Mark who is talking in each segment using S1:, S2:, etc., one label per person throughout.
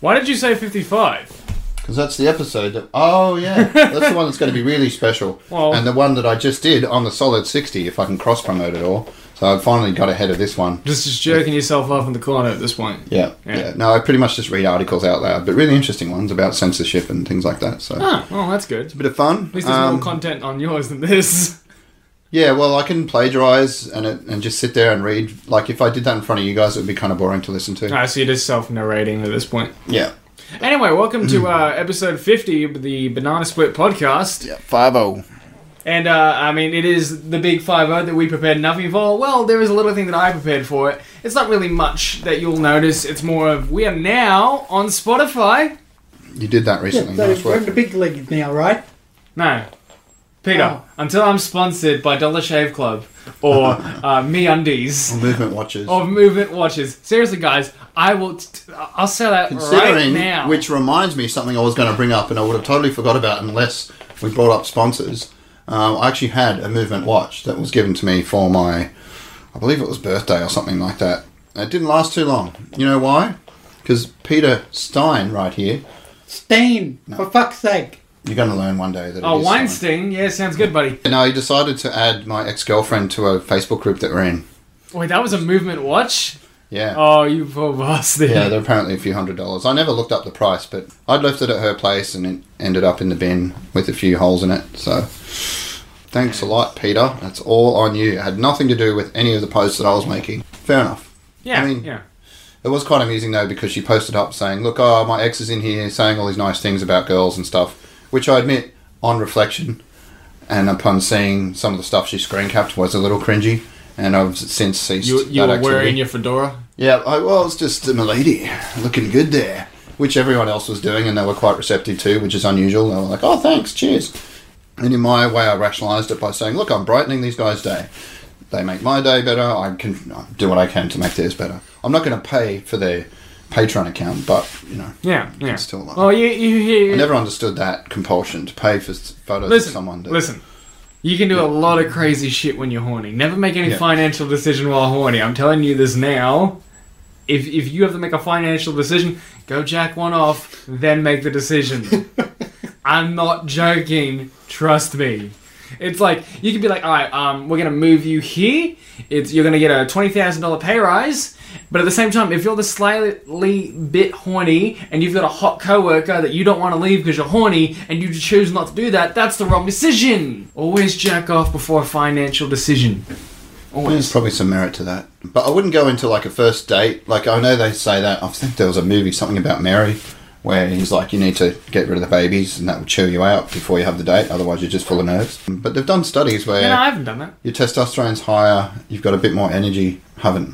S1: Why did you say 55?
S2: Because that's the episode that. Oh, yeah. That's the one that's going to be really special.
S1: Well-
S2: and the one that I just did on the Solid 60, if I can cross promote it all. So I finally got ahead of this one.
S1: Just, just jerking yourself off in the corner at this point.
S2: Yeah,
S1: Yeah.
S2: yeah. No, I pretty much just read articles out loud, but really interesting ones about censorship and things like that. So
S1: Ah, well, that's good.
S2: a bit of fun.
S1: At least there's
S2: Um,
S1: more content on yours than this.
S2: yeah, well, I can plagiarize and it, and just sit there and read. Like if I did that in front of you guys, it would be kind of boring to listen to.
S1: I so you're just self-narrating at this point.
S2: Yeah.
S1: Anyway, welcome to uh, episode 50 of the Banana Split podcast.
S2: Yeah. Five oh. zero.
S1: And uh, I mean, it is the big five zero that we prepared nothing for. Well, there is a little thing that I prepared for it. It's not really much that you'll notice. It's more of we are now on Spotify.
S2: You did that
S3: Yeah,
S2: recently.
S3: so
S2: nice
S3: we're
S2: work.
S3: in the big league now, right?
S1: No, Peter.
S3: Oh.
S1: Until I'm sponsored by Dollar Shave Club or uh, Me Undies
S2: Movement watches.
S1: or Movement Watches. Seriously, guys, I will. T- I'll sell out right
S2: Considering,
S1: now.
S2: which reminds me, something I was going to bring up, and I would have totally forgot about unless we brought up sponsors. Um, I actually had a movement watch that was given to me for my, I believe it was birthday or something like that. It didn't last too long. You know why? Because Peter Stein, right here,
S3: Stain, for fuck's sake.
S2: you're going to learn one day that.
S1: oh,
S2: it is Stein.
S1: Weinstein. Yeah, sounds good, buddy.
S2: No, he decided to add my ex-girlfriend to a Facebook group that we're in.
S1: Wait, that was a Movement Watch.
S2: Yeah.
S1: Oh, you poor bastard.
S2: Yeah, they're apparently a few hundred dollars. I never looked up the price, but I'd left it at her place and it ended up in the bin with a few holes in it. So thanks a lot, Peter. That's all on you. It had nothing to do with any of the posts that I was making. Fair enough.
S1: yeah,
S2: I mean-
S1: yeah.
S2: It was quite amusing though because she posted up saying, "Look, oh, my ex is in here saying all these nice things about girls and stuff," which I admit, on reflection, and upon seeing some of the stuff she screen capped, was a little cringy. And I've since ceased.
S1: You, you
S2: that
S1: were
S2: activity.
S1: wearing your fedora.
S2: Yeah, I, well, it's just a lady looking good there, which everyone else was doing, and they were quite receptive too, which is unusual. They were like, "Oh, thanks, cheers." And in my way, I rationalised it by saying, "Look, I'm brightening these guys' day. They make my day better. I can I do what I can to make theirs better. I'm not going to pay for their Patreon account, but you know,
S1: Yeah, yeah.
S2: It's still like-
S1: well, you you hear.
S2: I never understood that compulsion to pay for s- photos
S1: listen,
S2: of someone. That,
S1: listen. You can do a lot of crazy shit when you're horny. Never make any
S2: Yeah.
S1: financial decision while horny. I'm telling you this now. If if you have to make a financial decision, go jack one off, then make the decision. I'm not joking. Trust me. It's like you could be like, all right, um, we're gonna move you here. It's you're gonna get a twenty thousand dollar pay rise, but at the same time, if you're the slightly bit horny and you've got a hot coworker that you don't want to leave because you're horny and you choose not to do that, that's the wrong decision. Always jack off before a financial decision.
S2: There's
S1: Always.
S2: probably some merit to that, but I wouldn't go into like a first date. Like I know they say that. I think there was a movie, something about Mary, where he's like, you need to get rid of the babies, and that will chill you out before you have the date. Otherwise, you're just full of nerves. But they've done studies where
S1: No, no, I haven't done that.
S2: your testosterone's higher, you've got a bit more energy, haven't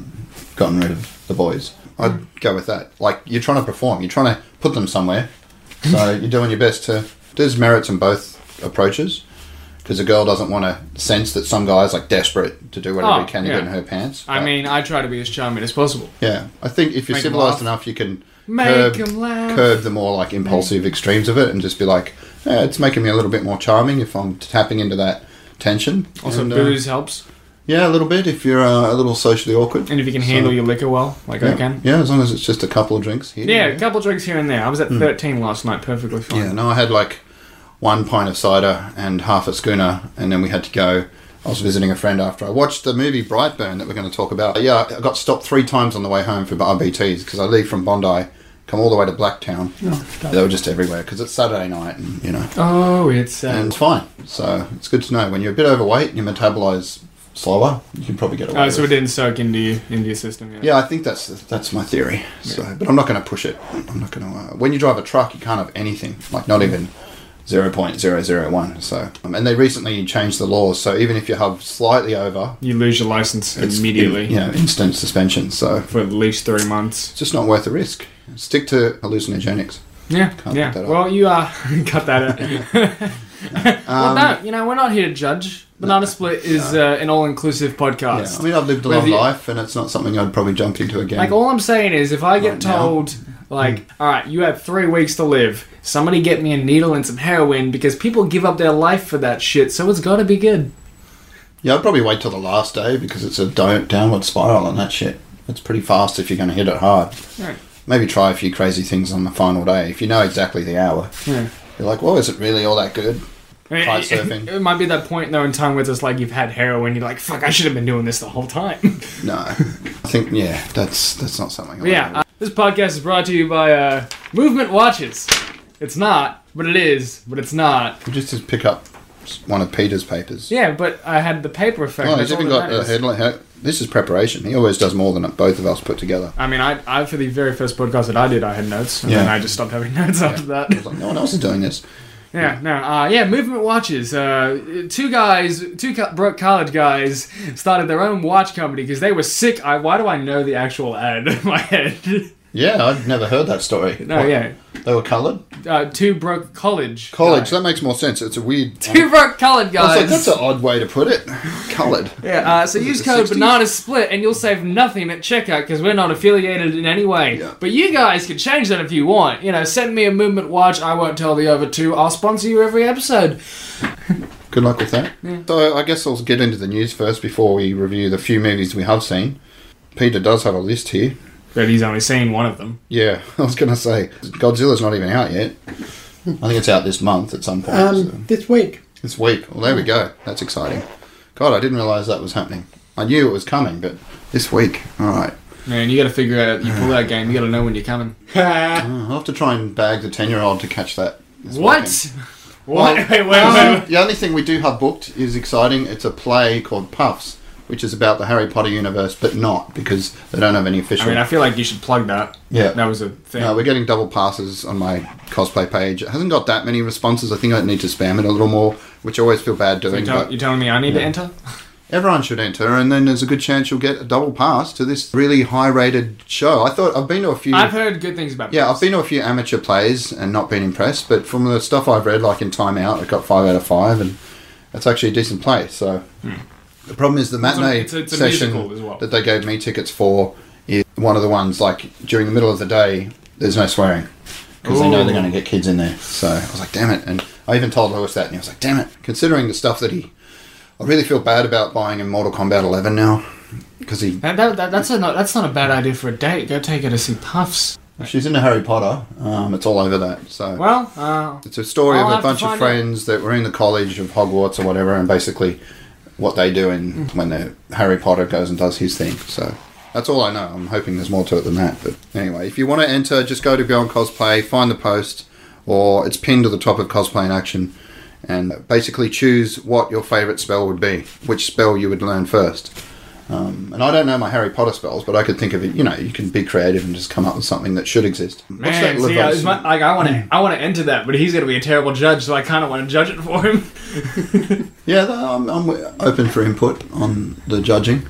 S2: gotten rid of the boys. I'd
S1: Mm.
S2: go with that. Like you're trying to perform, you're trying to put them somewhere, so you're doing your best to. There's merits in both approaches, because a girl doesn't want to sense that some guy's like desperate to do whatever
S1: Oh,
S2: he can to
S1: yeah.
S2: get in her pants.
S1: I
S2: But,
S1: mean, I try to be as charming as possible.
S2: yeah, I think if you're
S1: Make 'em
S2: civilized
S1: laugh.
S2: enough, you can
S1: Make
S2: curb,
S1: 'em laugh.
S2: curb the more like impulsive extremes of it, and just be like, yeah, it's making me a little bit more charming if I'm tapping into that tension.
S1: Also,
S2: And, uh,
S1: booze helps,
S2: yeah, a little bit if you're uh, a little socially awkward.
S1: and if you can handle
S2: so-
S1: your liquor well, like
S2: yeah.
S1: I can.
S2: Yeah, as long as it's just a couple of drinks here.
S1: Yeah, a couple drinks here and there. I was at 13 last night, perfectly fine.
S2: Hmm. Yeah, no, I had like one pint of cider and half a schooner, and then we had to go. I was visiting a friend after I watched the movie Brightburn that we're going to talk about. Yeah, I got stopped three times on the way home for RBTs because I leave from Bondi, come all the way to Blacktown. they were just everywhere because it's Saturday night, and you know,
S1: Oh, it's uh,
S2: and it's fine. So it's good to know when you're a bit overweight and you metabolize slower, you can probably get away.
S1: oh, so it
S2: with
S1: didn't soak into you, into your system. Yeah.
S2: Yeah, I think that's that's my theory. So, but I'm not going to push it. I'm not going to. Uh, when you drive a truck, you can't have anything, like not even 0.001. So, um, and they recently changed the laws, so even if you have slightly over,
S1: You lose your license
S2: it's
S1: immediately
S2: you know, instant suspension. So
S1: for at least three months.
S2: it's just not worth the risk. Stick to hallucinogenics.
S1: Yeah,
S2: Can't
S1: yeah.
S2: put that up.
S1: Well, you are cut that out. well,
S2: Um,
S1: no, you know we're not here to judge. Banana Split is uh, an all-inclusive
S2: Yeah,
S1: podcast.
S2: I mean, I've lived a
S1: Well,
S2: long
S1: the-
S2: life, and it's not something I'd probably jump into again.
S1: Like all I'm saying is, if I get
S2: Right now. Hmm.
S1: told, like, all right, you have three weeks to live. Somebody get me a needle and some heroin because people give up their life for that shit. So it's got to be good.
S2: yeah, I'd probably wait till the last day because it's a do- downward spiral and that shit. It's pretty fast if you're going to hit it hard.
S1: Right.
S2: Maybe try a few crazy things on the final day if you know exactly the hour.
S1: Yeah.
S2: You're like, well, is it really all that good?
S1: I mean,
S2: Kite
S1: it-
S2: surfing.
S1: It might be that point though in time where it's just like you've had heroin, you're like, fuck, I should have been doing this the whole time.
S2: No, I think yeah, that's that's not something. I'll
S1: But yeah,
S2: ever-
S1: uh, this podcast is brought to you by uh, Movement Watches. It's not, but it is, but it's not.
S2: You just just pick up one of Peter's papers.
S1: Yeah, but I had the paper effect.
S2: Oh,
S1: that's
S2: he's
S1: all
S2: even
S1: that
S2: got a
S1: matters.
S2: headline. he- This is preparation. He always does more than both of us put together.
S1: I mean, I, I for the very first podcast that I did, I had notes, and
S2: Yeah.
S1: then I just stopped having notes after that.
S2: It's like no one else is doing this.
S1: Yeah, no, uh, yeah, Movement Watches. Uh, two guys, two co- broke college guys, started their own watch company because they were sick. I, why do I know the actual ad in my head?
S2: Yeah, I'd never heard that story.
S1: no, yeah,
S2: They were coloured.
S1: uh, two broke college.
S2: College.
S1: guys.
S2: That makes more sense. It's a weird.
S1: Two broke college
S2: I was
S1: guys.
S2: like, that's an odd way to put it. Coloured.
S1: yeah, uh, so
S2: Was it
S1: use
S2: the
S1: code
S2: 60s?
S1: banana split and you'll save nothing at checkout because we're not affiliated in any way.
S2: Yeah.
S1: But you guys can change that if you want. You know, send me a movement watch. I won't tell the other two. I'll sponsor you every episode.
S2: Good luck with that. So I guess I'll get into the news first before we review the few movies we have seen. Peter does have a list here.
S1: But he's only seen one of them.
S2: Yeah, I was going to say Godzilla's not even out yet. I think it's out this month at some point. so.
S3: Um, this week.
S2: This week. Well, there we go. That's exciting. God, I didn't realise that was happening. I knew it was coming, but this week. All right.
S1: Man, you got to figure out. You pull that game. You got to know when you're coming.
S2: Uh, I'll have to try and bag the 10 year old to catch that. this
S1: What?
S2: weekend.
S1: What?
S2: Well, um,
S1: wait, wait, wait.
S2: The only thing we do have booked is exciting. It's a play called Puffs, which is about the Harry Potter universe, but not because they don't have any
S1: I
S2: official.
S1: mean, I feel like you should plug that.
S2: Yeah.
S1: That was a thing.
S2: No, we're getting double passes on my cosplay page. It hasn't got that many responses. I think I need to spam it a little more, which I always feel bad
S1: you're,
S2: doing.
S1: tell-
S2: but-
S1: you're telling me I need to enter?
S2: Everyone should enter, and then there's a good chance you'll get a double pass to this really high-rated show. I thought I've been to a few.
S1: I've heard good things about
S2: yeah,
S1: this.
S2: I've been to a few amateur plays and not been impressed, but from the stuff I've read, like in Time Out, it got five out of five, and that's actually a decent play. So the problem is the
S1: a-
S2: matinee
S1: Hmm. it's a- it's a
S2: session
S1: musical as well.
S2: that they gave me tickets for is one of the ones like during the middle of the day. There's no swearing because they know they're
S1: Ooh.
S2: going to get kids in there. So I was like, damn it, and I even told Lewis that, and he was like, damn it, considering the stuff that he. I really feel bad about buying him Mortal Kombat 11 now because he
S1: That, that, that- that's, a, not, that's not a bad idea for a date. Go take her to see Puffs.
S2: she's into Harry Potter. Um, it's all over that. So
S1: Well, uh,
S2: It's a story
S1: I'll
S2: of
S1: have
S2: a
S1: to
S2: bunch of
S1: find
S2: friends that were in the college of Hogwarts or whatever, and basically what they do in
S1: Mm.
S2: when the Harry Potter goes and does his thing. So that's all I know. I'm hoping there's more to it than that. But anyway, if you want to enter, just go to Beyond Cosplay, find the post, or it's pinned to the top of Cosplay in Action, and basically choose what your favorite spell would be, which spell you would learn first. Um, and I don't know my Harry Potter spells, but I could think of it. You know, you can be creative and just come up with something that should exist. What's that
S1: man, Hmm. see, I, it's
S2: Leviathan?
S1: my, like, I want to I wanna enter that, but he's going to be a terrible judge, so I kind of want to judge it for him.
S2: Yeah, no, I'm, I'm open for input on the judging.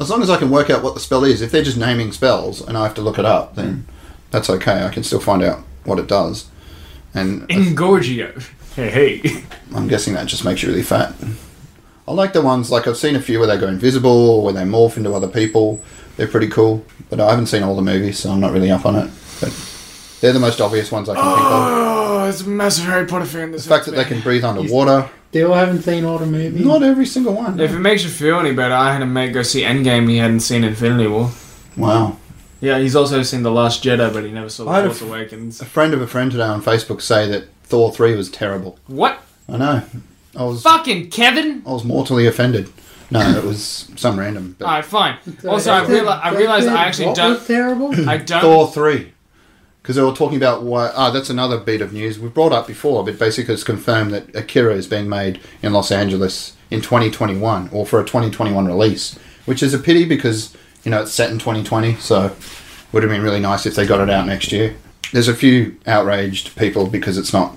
S2: as long as I can work out what the spell is. If they're just naming spells and I have to look it up, then that's okay. I can still find out what it does. And I-
S1: Engorgio. Hey, hey.
S2: I'm guessing that just makes you really fat. I like the ones, like, I've seen a few where they go invisible or where they morph into other people. They're pretty cool. But I haven't seen all the movies, so I'm not really up on it. But they're the most obvious ones I can think of.
S1: Oh, there's a massive Harry Potter fan. This
S2: The fact that they can breathe underwater.
S3: Still haven't seen all the movies.
S2: Not every single one.
S1: If it makes you feel any better, I had a mate go see Endgame. He hadn't seen Infinity War.
S2: Wow.
S1: Yeah, he's also seen The Last Jedi, but he never saw
S2: I had
S1: The
S2: a
S1: Force
S2: f-
S1: Awakens.
S2: a friend of a friend today on Facebook say that Thor three was terrible.
S1: What?
S2: I know. I was
S1: Fucking Kevin?
S2: I was mortally offended. No, it was some random. But
S1: Alright, fine. Also, I, reali- I realized I actually
S3: what
S1: don't.
S3: Was terrible.
S2: Mm.
S1: I don't.
S2: Thor three, because they were talking about why. Ah, that's another bit of news we've brought up before, but basically it's confirmed that Akira is being made in Los Angeles in 2021 or for a 2021 release, which is a pity because you know it's set in 2020, so would have been really nice if they got it out next year. There's a few outraged people because it's not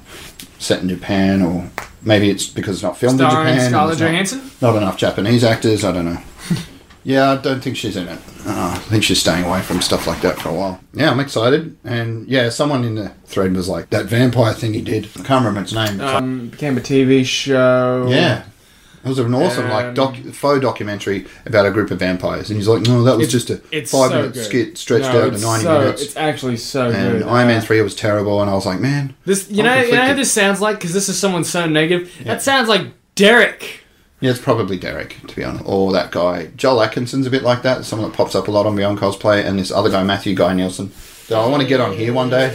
S2: set in Japan, or maybe it's because it's not filmed in
S1: Starring
S2: Japan. and
S1: Scarlett
S2: it's not-
S1: Johansson?
S2: not enough Japanese actors. I don't know. yeah, I don't think she's in it. Uh, I think she's staying away from stuff like that for a while. Yeah, I'm excited. And yeah, someone in the thread was like, that vampire thing he did. I can't remember its name. It's like-
S1: Um, became a TV show.
S2: yeah. It was an awesome
S1: Um,
S2: like doc- faux documentary about a group of vampires, and he's like, "No, that was
S1: It's-
S2: just a
S1: It's
S2: five
S1: so
S2: minute
S1: good.
S2: skit stretched
S1: No,
S2: out to
S1: it's
S2: ninety
S1: so,
S2: minutes."
S1: It's actually so
S2: And
S1: good.
S2: Iron Man
S1: Uh,
S2: three was terrible, and I was like, "Man,
S1: This, you
S2: I'm
S1: know, you know how
S2: conflicted.
S1: this sounds like? Because this is someone so negative. That sounds like Derek.
S2: Yeah, it's probably Derek, to be honest. Or that guy. Joel Atkinson's a bit like that. Someone that pops up a lot on Beyond Cosplay. And this other guy, Matthew Guy Nielsen. that I want to get on here one day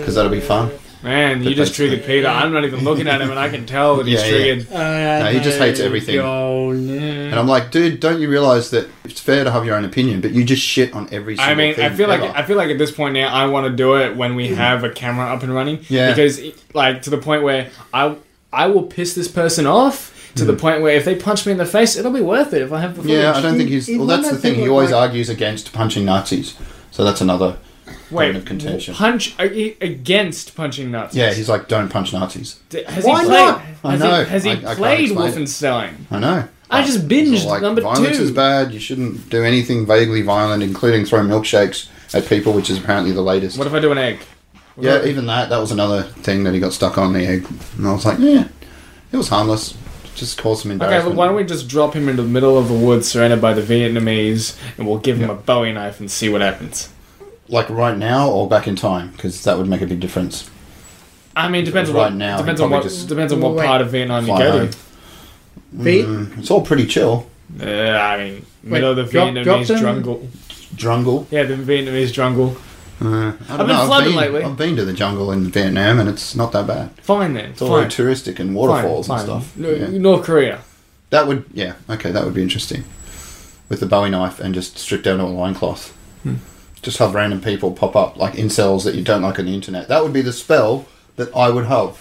S2: because that'll be fun.
S1: Man, you
S2: But
S1: just
S2: that's-
S1: triggered Peter. I'm not even looking at him, and I can tell that he's
S2: Yeah, yeah.
S1: triggered.
S2: No, he just hates everything.
S3: Oh,
S2: And I'm like, dude, don't you realize that it's fair to have your own opinion, but you just shit on every single
S1: I mean,
S2: thing
S1: I feel like
S2: ever. Mm.
S1: I feel like at this point now, I want to do it when we have a camera up and running.
S2: Yeah.
S1: Because like to the point where I I will piss this person off to the point where if they punch me in the face, it'll be worth it if I have the footage.
S2: Mm. yeah, I don't think he's.
S3: He-
S2: Well,
S3: he
S2: that's
S3: won
S2: the
S3: that
S2: thing.
S3: thing
S2: He
S3: with,
S2: always
S3: like-
S2: argues against punching Nazis, so that's another point of contention.
S1: punch a- against punching nuts.
S2: yeah, he's like, don't punch Nazis.
S1: Has
S3: Why
S1: he played,
S3: not?
S2: I
S1: Has
S2: know.
S1: he, has he
S2: I- I can't
S1: played
S2: explain it.
S1: Wolfenstein?
S2: I know.
S1: I just
S2: He's all
S1: binged number
S2: violence
S1: two.
S2: is bad. You shouldn't do anything vaguely violent, including throw milkshakes at people, which is apparently the latest.
S1: What if I do an egg?
S2: Yeah, even that, that was another thing that he got stuck on the egg. And I was like, yeah, it was harmless. Just caused some
S1: Okay,
S2: embarrassment.
S1: but why don't we just drop him into the middle of the woods surrounded by the Vietnamese and we'll give him a Bowie knife and see what happens?
S2: Like right now or back in time? Because that would make a big difference.
S1: I mean, depends
S2: was
S1: on what,
S2: right now,
S1: depends
S2: he'd
S1: on what
S2: probably just
S1: depends on what
S3: Well, wait.
S1: part of Vietnam you
S2: Fly
S1: go
S2: home.
S1: to.
S3: Viet-
S2: It's all pretty chill.
S1: Uh, I mean, middle of the
S3: drop- drop
S1: Vietnamese
S3: them?
S1: jungle.
S2: Jungle.
S1: Yeah, the Vietnamese jungle.
S2: Uh, I don't
S1: been
S2: know.
S1: flooded
S2: I've been,
S1: lately.
S2: I've been to the jungle in Vietnam and it's not that bad.
S1: Fine then.
S2: It's all
S1: fine.
S2: very touristic and waterfalls
S1: fine,
S2: and
S1: fine.
S2: stuff.
S1: No-
S2: Yeah.
S1: North Korea.
S2: That would, yeah, okay, that would be interesting. With the Bowie knife and just strip down to a loincloth. Just have random people pop up, like incels that you don't like on the internet. That would be the spell that I would have.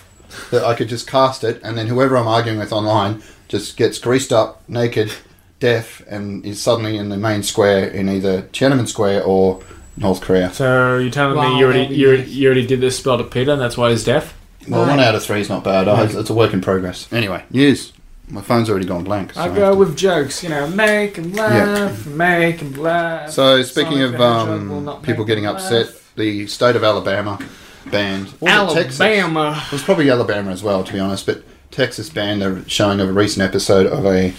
S2: That I could just cast it, and then whoever I'm arguing with online just gets greased up, naked, deaf, and is suddenly in the main square in either Tiananmen Square or North Korea.
S1: So you're telling
S3: Wow,
S1: me you
S3: that'd
S1: already
S3: be
S1: you, already-
S3: nice.
S1: you already did this spell to Peter, and that's why he's deaf.
S2: Well,
S3: Right.
S2: one out of three is not bad. I, it's a work in progress. Anyway, news. My phone's already gone blank. so
S1: I
S2: have
S1: go
S2: to-
S1: with jokes, you know, make and laugh, make and laugh.
S2: So speaking
S1: Sonic the
S2: of
S1: Hedgehog will
S2: um,
S1: not
S2: people
S1: make
S2: getting
S1: me
S2: upset,
S1: laugh.
S2: the state of Alabama banned or was it Texas? It
S1: Alabama.
S2: was probably Alabama as well, to be honest. But Texas banned a showing of a recent episode of a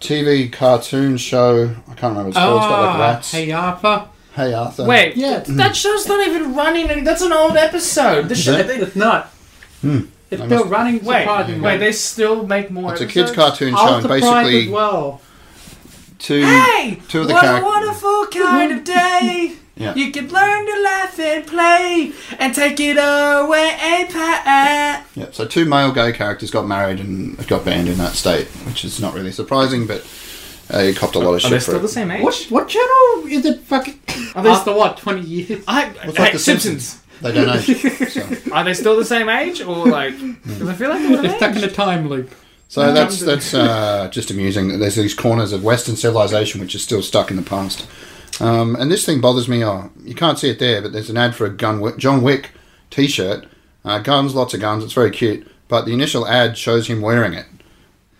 S2: TV cartoon show. I can't remember what it's called. It's got like
S3: Ah,
S2: rats. Hey,
S3: hey Arthur.
S2: Arthur.
S1: Wait,
S3: Yeah.
S1: that, that show's not even running. Any, that's an old episode. The show,
S2: it?
S1: they,
S3: It's not. It's
S2: I
S3: still
S2: Hmm. must-
S3: running
S1: wait,
S3: surprisingly.
S1: wait, they still make more.
S2: It's a
S1: episodes?
S2: kids' cartoon show,
S3: I
S2: and
S3: was surprised as
S2: basically
S3: well.
S2: two
S1: Hey,
S2: two of the
S1: what a
S2: characters.
S1: wonderful kind of day.
S2: Yeah.
S1: You can learn to laugh and play and take it away, Pat.
S2: Yeah, so two male gay characters got married and got banned in that state, which is not really surprising, but uh, it copped a lot of shit.
S1: Are they
S2: for
S1: still
S2: it.
S1: the same age?
S3: What, what channel is it fucking...
S1: Are they-
S3: After what, 20 years?
S1: I,
S2: It's
S1: hey,
S2: like The
S1: Simpsons.
S2: Simpsons. They don't know. So.
S1: Are they still the same age, or like? Because I feel like they're
S3: They're
S1: the
S3: stuck
S1: same
S3: in a time loop.
S2: So that's that's uh, just amusing. that There's these corners of Western civilization which are still stuck in the past, um, and this thing bothers me. Oh, you can't see it there, but there's an ad for a gun Wick, John Wick T-shirt. Uh, guns, lots of guns. It's very cute, but the initial ad shows him wearing it.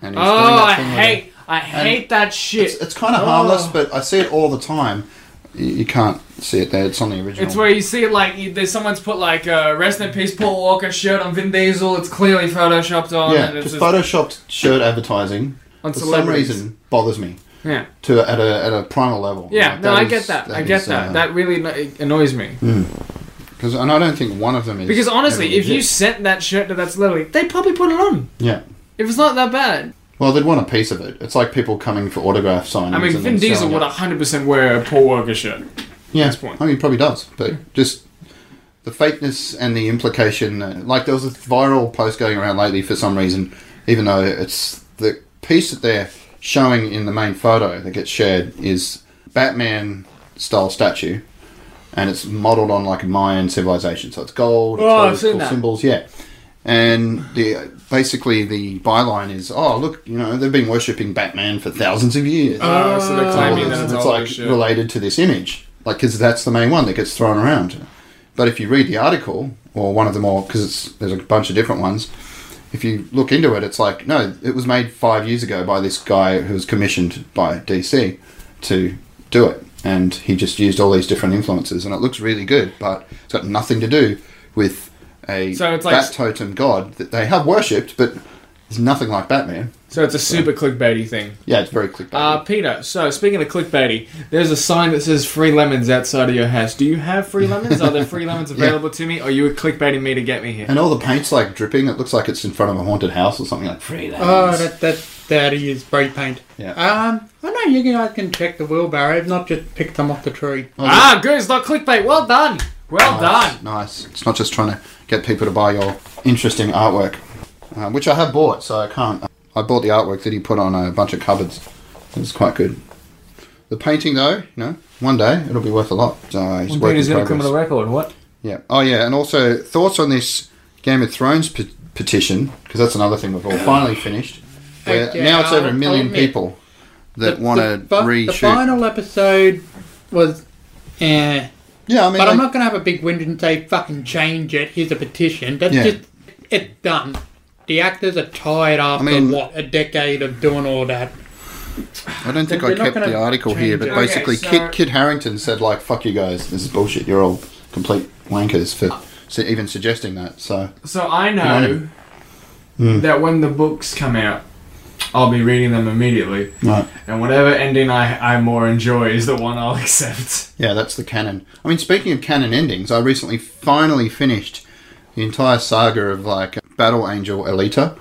S2: And he's
S1: Oh,
S2: doing that
S1: I
S2: thing where
S1: hate, Oh. I hate that
S2: he-
S1: shit.
S2: It's, it's kind of harmless, but I see it all the time. You, you can't see it there. It's on the original.
S1: It's where you see like you, there's someone's put like uh, rest in peace Paul Walker shirt on Vin Diesel. It's clearly photoshopped on.
S2: yeah,
S1: and it's
S2: just
S1: just
S2: photoshopped shirt advertising
S1: on
S2: for some
S1: celebrities.
S2: reason bothers me
S1: Yeah,
S2: to at a at a primal level.
S1: yeah.
S2: Like,
S1: no, I
S2: is-
S1: get that. I get
S2: is,
S1: that.
S2: uh,
S1: that really anno- it annoys me
S2: Because and I don't think one of them is
S1: because honestly,
S2: ever
S1: if you
S2: legit.
S1: sent that shirt to that celebrity, they would probably put it on.
S2: yeah,
S1: If it's not that bad,
S2: well, they'd want a piece of it. It's like people coming for autograph signings.
S1: I mean,
S2: and
S1: Vin
S2: then
S1: Diesel
S2: selling
S1: would
S2: it.
S1: 100 percent wear a Paul Walker shirt.
S2: yeah,
S1: this point.
S2: I mean, he probably does, but just the fakeness and the implication. uh, Like there was a viral post going around lately for some reason, even though it's the piece that they're showing in the main photo that gets shared is Batman style statue. And it's modelled on like Mayan civilization, so it's gold. It's
S1: Oh,
S2: got
S1: I've
S2: its
S1: seen
S2: cool
S1: that.
S2: Symbols, yeah. and the basically the byline is, oh look, you know they've been worshipping Batman for thousands of years.
S1: Oh, so they're
S2: And
S1: claiming
S2: all
S1: that
S2: this-
S1: it's
S2: Uh, it's
S1: all
S2: like
S1: this shit.
S2: related to this image, like because that's the main one that gets thrown around. But if you read the article or one of the more, because there's a bunch of different ones, if you look into it, it's like no, it was made five years ago by this guy who was commissioned by DC to do it, and he just used all these different influences, and it looks really good, but it's got nothing to do with a
S1: So it's like-
S2: bat totem god that they have worshipped, but it's nothing like Batman.
S1: So it's a super clickbaity thing.
S2: Yeah, it's very clickbait.
S1: Uh, Peter, so speaking of clickbaity, there's a sign that says free lemons outside of your house. Do you have free lemons? Are there free lemons available to me? Or are you were clickbaiting me to get me here?
S2: and all the paint's like dripping. It looks like it's in front of a haunted house or something like. Free
S3: Oh, that, that, that is spray paint.
S2: Yeah.
S3: Um, I know no, you guys can check the wheelbarrow. I've not just picked them off the tree.
S1: Ah, good. It's not clickbait. Well done. Well
S2: Nice,
S1: done.
S2: Nice. It's not just trying to get people to buy your interesting artwork, uh, which I have bought, so I can't. uh, I bought the artwork that he put on a bunch of cupboards. It was quite good. The painting, though, you know, one day it'll be worth a lot. So uh, he's working
S1: Peter's in a
S2: progress.
S1: criminal record. What?
S2: Yeah. Oh, yeah. And also thoughts on this Game of Thrones pe- petition because that's another thing we've all finally finished. Where
S3: Okay,
S2: now it's over a
S3: I'll-
S2: 1000000
S3: I'll admit,
S2: people that
S3: The-
S2: want
S3: the
S2: to
S3: fi- The
S2: reshoot.
S3: final episode was, eh.
S2: yeah, I mean,
S3: But I'm
S2: they-
S3: not going to have a big whinge and say, fucking change it, here's a petition. That's
S2: Yeah.
S3: just, it's done. The actors are tired after,
S2: mean-
S3: what, a decade of doing all that.
S2: I don't think
S3: They're
S2: I
S3: not
S2: kept
S3: gonna
S2: the article
S3: change
S2: here, but
S3: it.
S1: Okay,
S2: basically,
S1: so-
S2: Kit, Kit Harrington said, like, fuck you guys, this is bullshit, you're all complete wankers for su- even suggesting that. So,
S1: So I know
S2: Right. Hmm.
S1: that when the books come out, I'll be reading them immediately,
S2: right.
S1: and whatever ending I, I more enjoy is the one I'll accept.
S2: yeah, that's the canon. I mean, speaking of canon endings, I recently finally finished the entire saga of, like, Battle Angel Alita,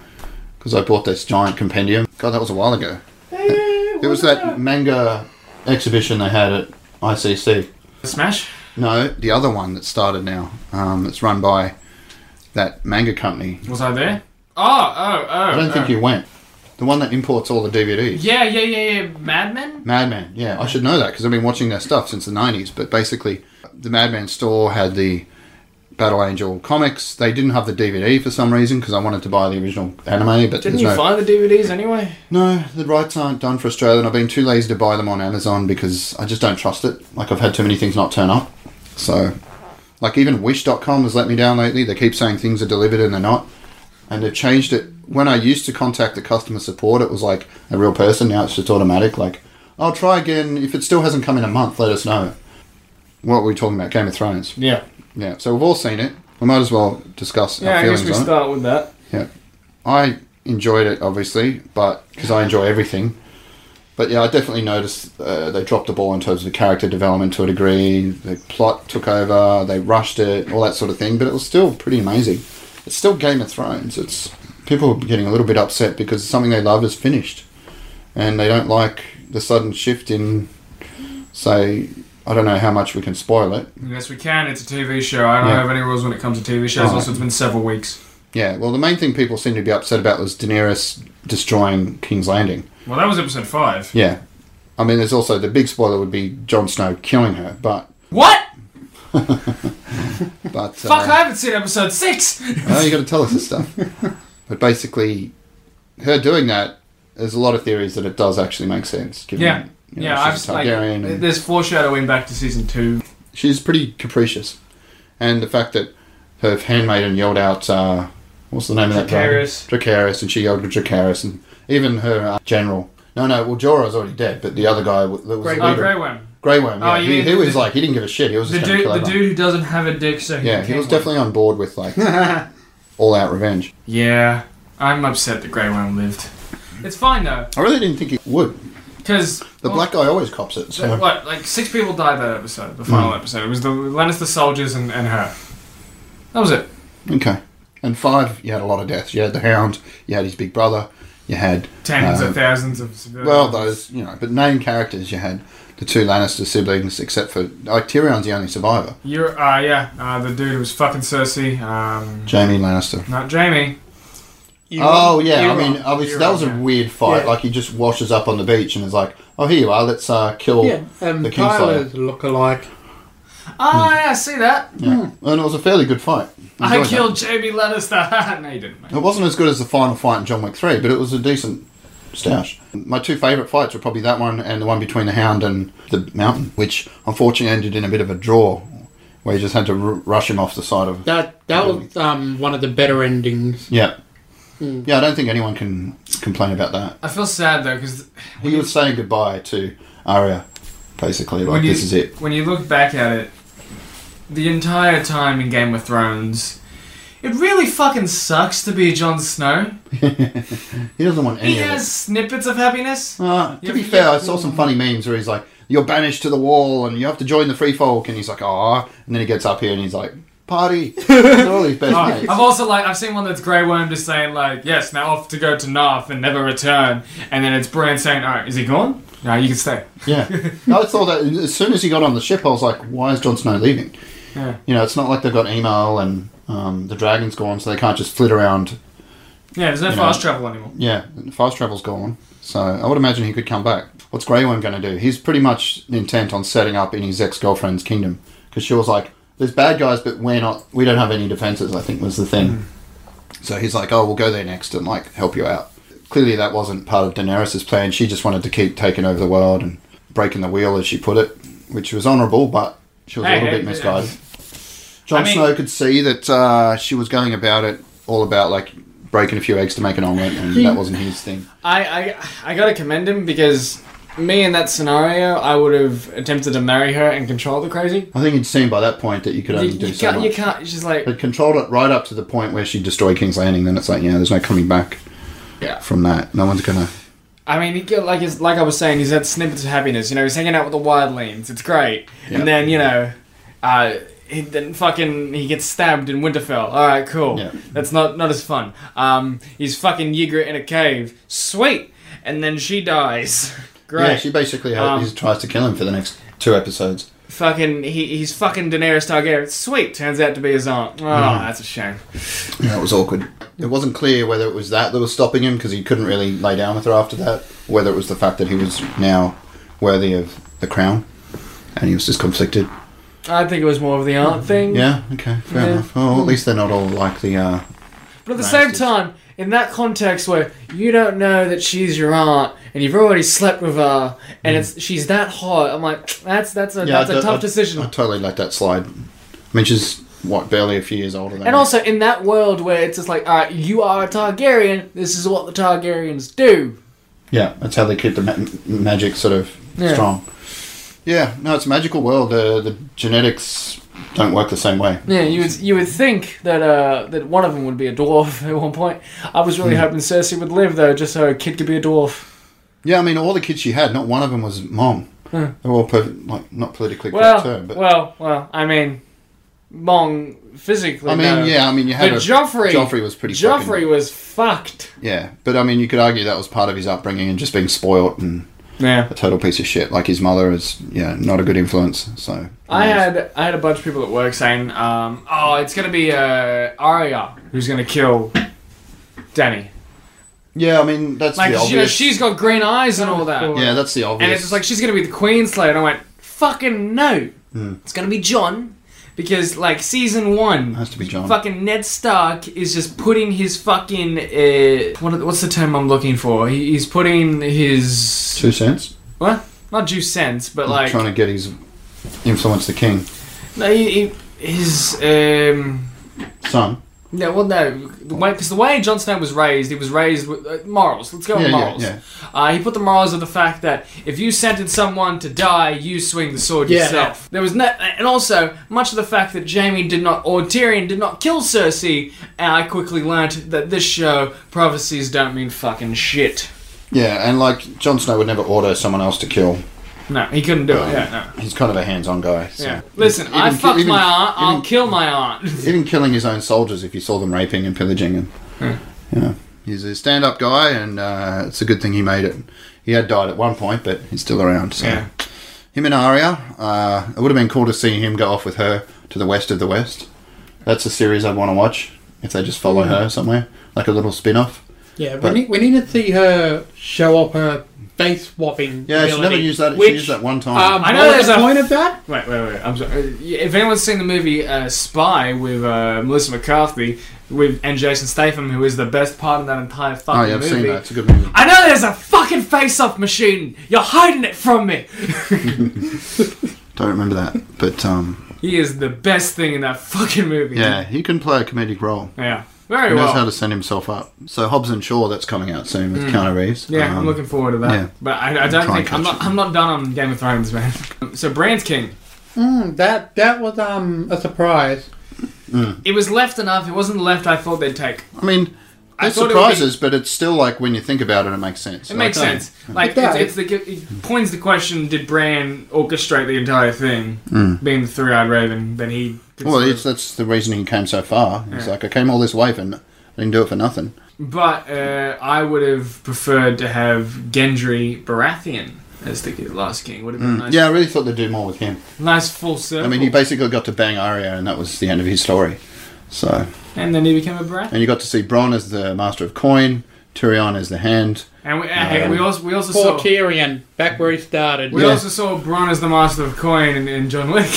S2: because I bought this giant compendium. God, that was a while ago. It was that manga exhibition they had at ICC.
S1: Smash.
S2: No, the other one that started now. Um, it's run by that manga company.
S1: Was I there? Oh, oh, oh.
S2: I don't think you went. The one that imports all the DVDs.
S1: Yeah, yeah, yeah, yeah. Mad Men.
S2: Madman. Yeah, I should know that because I've been watching their stuff since the 90s. But basically, the Madman store had the Battle Angel comics. They didn't have the DVD for some reason because I wanted to buy the original anime, but
S1: Didn't
S2: there's
S1: you
S2: no.
S1: find the DVDs anyway?
S2: no, the rights aren't done for Australia, and I've been too lazy to buy them on Amazon because I just don't trust it. Like, I've had too many things not turn up. So, like, even Wish.com has let me down lately. They keep saying things are delivered and they're not. And they've changed it. When I used to contact the customer support, it was like a real person. Now it's just automatic. Like, I'll try again. If it still hasn't come in a month, let us know. What were we talking about? Game of Thrones.
S1: Yeah.
S2: Yeah. So we've all seen it. We might as well discuss
S1: Yeah,
S2: our
S1: I
S2: feelings
S1: guess we
S2: on it.
S1: start with that.
S2: Yeah, I enjoyed it obviously, but because I enjoy everything. But yeah, I definitely noticed uh, they dropped the ball in terms of the character development to a degree. The plot took over. They rushed it, all that sort of thing. But it was still pretty amazing. It's still Game of Thrones. It's people are getting a little bit upset because something they love is finished, and they don't like the sudden shift in, say, I don't know how much we can spoil it,
S1: Yes, we can. It's a TV show. I don't
S2: Yeah.
S1: have any rules when it comes to TV shows.
S2: Oh.
S1: Also, it's been several weeks.
S2: Yeah, well, the main thing people seem to be upset about was Daenerys destroying King's Landing.
S1: Well, that was episode five.
S2: Yeah. I mean, there's also the big spoiler would be Jon Snow killing her, but.
S1: What?
S2: but
S1: Fuck!
S2: uh,
S1: I haven't seen episode six.
S2: well, you got to tell us this stuff. but basically, her doing that, there's a lot of theories that it does actually make sense. Given,
S1: Yeah.
S2: you know,
S1: yeah, I've
S2: she's a
S1: like.
S2: Targaryen and-
S1: There's foreshadowing back to season two.
S2: she's pretty capricious. And the fact that her handmaiden yelled out, uh, what's the name of that
S1: Dracarys.
S2: guy? Dracarys, and she yelled at Dracarys, and even her uh, general. No, no, well, Jorah's already dead, but the other guy w- that was
S3: Grey
S2: the
S1: Oh,
S2: leader.
S1: Grey Worm.
S2: Grey Worm,
S1: Oh,
S2: yeah.
S1: you
S2: he,
S1: mean
S2: he
S1: the-
S2: was like, he didn't give a shit, he was
S1: The
S2: just going to
S1: dude,
S2: kill
S1: the
S2: everyone.
S1: dude who doesn't have a dick, so he
S2: yeah, he
S1: became
S2: was
S1: one.
S2: definitely on board with, like, all out revenge.
S1: Yeah, I'm upset that Grey Worm lived. It's fine though,
S2: I really didn't think he would.
S1: because
S2: The black guy always cops it, so.
S1: What? Oh. Like six people died that episode, the final
S2: Mm.
S1: episode. It was the Lannister soldiers and, and her. That was it.
S2: Okay. And five, you had a lot of deaths. You had the Hound, you had his big brother, you had
S1: Tens
S2: Um,
S1: of thousands of civilians.
S2: Well, those you know, but main characters you had the two Lannister siblings, except for like Tyrion's the only survivor,
S1: You're, uh, yeah, uh, the dude who was fucking Cersei. Um,
S2: Jamie Lannister.
S1: not Jamie.
S3: You-
S2: oh yeah,
S3: you-
S2: I mean, obviously
S1: Euron,
S2: that was a
S1: yeah.
S2: weird fight.
S3: Yeah.
S2: Like he just washes up on the beach and is like, "Oh, here you are. Let's uh, kill."
S3: yeah, um,
S2: the Kingslayer.
S3: Tyler's look alike.
S1: Oh, yeah, I see that.
S2: Yeah. And it was a fairly good fight.
S1: I
S2: Enjoyed that.
S1: killed Jamie Lannister. no, you didn't, mate.
S2: It wasn't as good as the final fight in John Wick Three, but it was a decent stoush. My two favourite fights were probably that one and the one between the Hound and the Mountain, which unfortunately ended in a bit of a draw, where you just had to r- rush him off the side of.
S3: That that was um, one of the better endings.
S1: Hmm.
S2: Yeah.
S3: Mm.
S2: Yeah, I don't think anyone can complain about that.
S1: I feel sad though, because
S2: He was saying goodbye to Arya, basically. Like,
S1: When you-
S2: this is it.
S1: when you look back at it, the entire time in Game of Thrones, it really fucking sucks to be Jon Snow.
S2: He doesn't want any
S1: He
S2: of it.
S1: has snippets of happiness.
S2: Uh, to
S1: Yeah,
S2: be
S1: yeah.
S2: fair, I saw some funny memes where he's like, "You're banished to the wall, and you have to join the free folk," and he's like, "Ah," and then he gets up here and he's like, "Party!" They're all his best
S1: Oh,
S2: mates.
S1: I've also like I've seen one that's Grey Worm just saying like yes now off to go to Narth and never return, and then it's Bran saying oh is he gone? No, you can stay.
S2: Yeah, I thought that as soon as he got on the ship, I was like, "Why is Jon Snow leaving?"
S1: Yeah.
S2: You know, it's not like they've got email and um, the dragon's gone, so they can't just flit around.
S1: Yeah, there's no
S2: You know.
S1: fast travel anymore.
S2: Yeah, fast travel's gone, so I would imagine he could come back. What's Grey Worm going to do? He's pretty much intent on setting up in his ex-girlfriend's kingdom because she was like, "There's bad guys, but we're not. We don't have any defenses." I think was the thing.
S1: Hmm.
S2: So he's like, "Oh, we'll go there next and like help you out." Clearly, that wasn't part of Daenerys' plan. She just wanted to keep taking over the world and breaking the wheel, as she put it, which was honourable, but she was
S1: Hey,
S2: a little
S1: hey,
S2: bit
S1: yeah.
S2: misguided. Jon
S1: I mean-
S2: Snow could see that uh, she was going about it all about like breaking a few eggs to make an omelette, and that wasn't his thing.
S1: I, I, I gotta commend him because me in that scenario, I would have attempted to marry her and control the crazy.
S2: I think he'd seen by that point that you could
S1: You,
S2: only do
S1: you
S2: so
S1: can't,
S2: much.
S1: you can't. She's like,
S2: But controlled it right up to the point where she destroyed King's Landing. Then it's like, yeah, there's no coming back
S1: Yeah.
S2: from that. No one's gonna.
S1: I mean, he get- like it's, like I was saying, he's had snippets of happiness. You know, he's hanging out with the wildlings. It's great.
S2: Yeah.
S1: And then you know, uh, he, then fucking he gets stabbed in Winterfell. All right, cool.
S2: Yeah.
S1: That's not not as fun. Um, he's fucking Ygritte in a cave. Sweet. And then she dies. great.
S2: Yeah, she basically had,
S1: Um,
S2: he tries to kill him for the next two episodes.
S1: fucking he, he's fucking Daenerys Targaryen. Sweet. Turns out to be his aunt. Oh,
S2: Hmm.
S1: that's a shame.
S2: Yeah, it was awkward. It wasn't clear whether it was that that was stopping him because he couldn't really lay down with her after that, or whether it was the fact that he was now worthy of the crown, and he was just conflicted.
S1: I think it was more of the aunt thing.
S2: Hmm. Yeah, okay, fair
S1: Yeah.
S2: enough. Well, at least they're not all like the. Uh,
S1: But at the
S2: Bastards.
S1: same time, in that context where you don't know that she's your aunt and you've already slept with her and it's she's that hot, I'm like, that's that's a
S2: Hmm. yeah,
S1: that's a
S2: I-
S1: tough
S2: I-
S1: decision.
S2: I totally let that slide. I mean, she's what barely a few years older than.
S1: and
S2: me.
S1: also in that world where it's just like, all right, you are a Targaryen. This is what the Targaryens do.
S2: Yeah, that's how they keep the ma- m- magic sort of
S1: Yeah.
S2: strong. Yeah, no, it's a magical world. Uh, the genetics don't work the same way.
S1: Yeah, you would you would think that uh, that one of them would be a dwarf at one point. I was
S2: Hmm.
S1: really hoping Cersei would live though, just so her kid could be a dwarf.
S2: Yeah, I mean, all the kids she had, not one of them was mom.
S1: Huh.
S2: They're all per- like not politically
S1: Well,
S2: correct term, but
S1: well, well. I mean, Mong physically.
S2: I mean,
S1: no.
S2: yeah, I mean, you had
S1: But
S2: a,
S1: Joffrey,
S2: Joffrey was pretty.
S1: Joffrey
S2: fucking-
S1: was fucked.
S2: yeah, but I mean, you could argue that was part of his upbringing and just being spoilt and
S1: Yeah.
S2: a total piece of shit. Like his mother is, yeah, not a good influence. So
S1: I uh, had I had a bunch of people at work saying, um, "Oh, it's gonna be uh, Arya who's gonna kill Danny."
S2: yeah, I mean, that's
S1: Like,
S2: the
S1: you know,
S2: obvious.
S1: she's got green eyes and all that,
S2: yeah, that's the obvious.
S1: and it's just like she's gonna be the Queenslayer. And I went, "Fucking no!
S2: Hmm.
S1: It's gonna be John." Because like season one,
S2: has to be John.
S1: fucking Ned Stark is just putting his fucking uh, what, what's the term I'm looking for? He, he's putting his
S2: Two cents.
S1: what? Not due sense, but like
S2: trying to get his influence the king
S1: No, he, he, his um.
S2: son.
S1: No, well, no, because the way Jon Snow was raised, he was raised with uh, morals. Let's go
S2: Yeah,
S1: with
S2: yeah,
S1: morals.
S2: yeah.
S1: Uh, he put the morals of the fact that if you sentence someone to die, you swing the sword
S3: Yeah.
S1: yourself. There was no, and also much of the fact that Jamie did not or Tyrion did not kill Cersei. And I quickly learnt that this show prophecies don't mean fucking shit.
S2: Yeah, and like Jon Snow would never order someone else to kill.
S1: No, he couldn't do it. Yeah, no.
S2: He's kind of a hands-on guy. Oh. So.
S1: Yeah. Listen,
S2: Even
S1: I
S2: ki-
S1: fucked
S2: even-
S1: my aunt. I'll
S2: even-
S1: kill my aunt.
S2: Even killing his own soldiers if you saw them raping and pillaging and
S1: Hmm.
S2: you know, he's a stand-up guy, and uh, it's a good thing he made it. He had died at one point, but he's still around. So.
S1: Yeah.
S2: Him and Arya, uh, it would have been cool to see him go off with her to the west of the west. That's a series I'd want to watch if they just follow her somewhere, like a little spin-off.
S3: Yeah, we
S2: But-
S3: need, we need to see her show off her face swapping.
S2: Yeah, she never
S3: ability,
S2: used that.
S3: which,
S2: she used that one time.
S3: Um,
S1: I
S3: I
S1: know
S3: know
S1: there's
S3: the
S1: a-
S3: point of that.
S1: Wait, wait, wait. I'm sorry. Uh, yeah, If anyone's seen the movie uh, Spy with uh, Melissa McCarthy with and Jason Statham, who is the best part of that entire fucking
S2: oh yeah, I've
S1: movie.
S2: seen that. It's a good movie.
S1: I know there's a fucking face-off machine. You're hiding it from me.
S2: Don't remember that, but um,
S1: he is the best thing in that fucking movie.
S2: yeah, he can play a comedic role.
S1: yeah, very
S2: He knows
S1: well. Hmm.
S2: how to send himself up. So Hobbs and Shaw, that's coming out soon with Keanu Reeves.
S1: yeah, I'm
S2: Um,
S1: looking forward to that.
S2: yeah.
S1: But I, I don't
S2: Try and
S1: think I'm
S2: catch
S1: not. I'm not done on Game of Thrones, man. So Brand's King.
S3: Mm, that that was um a surprise.
S1: It was left enough. It wasn't the left I thought they'd take.
S2: I mean,
S1: I
S2: there's
S1: thought it would
S2: surprises, but it's still like when you think about it, it makes sense.
S1: It makes
S2: Like, uh,
S1: sense. Like
S3: Yeah.
S1: it's, it's the it points the question: Did Bran orchestrate the entire thing, being the three-eyed raven? Then he. could
S2: Mm. Well,
S1: sort of-
S2: it's, that's the reason he came so far. He's
S1: Yeah.
S2: like, I came all this way and I didn't do it for nothing.
S1: but uh, I would have preferred to have Gendry Baratheon as the last king. Would have been nice.
S2: Mm. Yeah, I really thought they'd do more with him.
S1: Nice full circle.
S2: I mean, he basically got to bang Arya, and that was the end of his story. So,
S1: and then he became a brat.
S2: and you got to see Bronn as the master of coin, Tyrion as the hand.
S1: And we, hey, we also we also
S3: Poor
S1: saw
S3: Tyrion, back where he started.
S1: we
S2: Yeah.
S1: also saw Bronn as the master of coin and, and John Wick.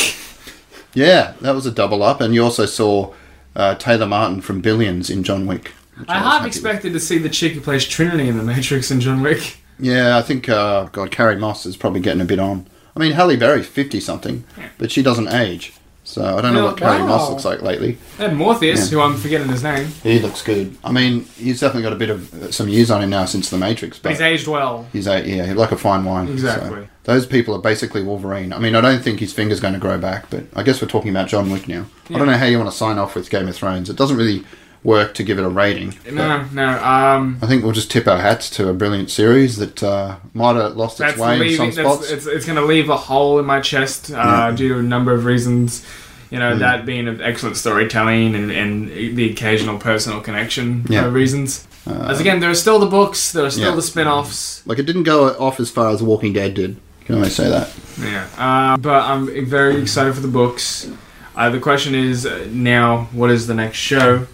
S2: Yeah, that was a double up, and you also saw uh, Taylor Martin from Billions in John Wick. which
S1: I
S2: was
S1: half
S2: happy
S1: expected to see the chick who plays Trinity in The Matrix and John Wick.
S2: with. Yeah, I think uh, God, Carrie Moss is probably getting a bit on. I mean, Halle Berry's fifty something, but she doesn't age. So I don't know
S1: No,
S2: what Carrie Moss
S3: wow.
S2: looks like lately.
S1: And Morpheus,
S2: Yeah.
S1: who I'm forgetting his name,
S2: He looks good. I mean, he's definitely got a bit of uh, some years on him now since The Matrix. But
S1: he's aged well.
S2: He's a, yeah, like a fine wine. so.
S1: Exactly.
S2: those people are basically Wolverine. I mean, I don't think his finger's going to grow back, but I guess we're talking about John Wick now. I don't know how you want to sign off with Game of Thrones. It doesn't really work to give it a rating. but
S1: No, no. Um,
S2: I think we'll just tip our hats to a brilliant series that uh, might have lost its
S1: that's
S2: way in
S1: leaving.
S2: some
S1: That's,
S2: spots.
S1: it's it's going to leave a hole in my chest uh, due to a number of reasons. You
S2: Hmm.
S1: know, that being of excellent storytelling and, and the occasional personal connection
S2: Yeah.
S1: uh, reasons. As again, there are still the books, there are still
S2: Yeah.
S1: the spin offs.
S2: like, it didn't go off as far as The Walking Dead did. Can I say that?
S1: Yeah. Uh, but I'm very excited for the books. Uh, the question is uh, now, what is the next show?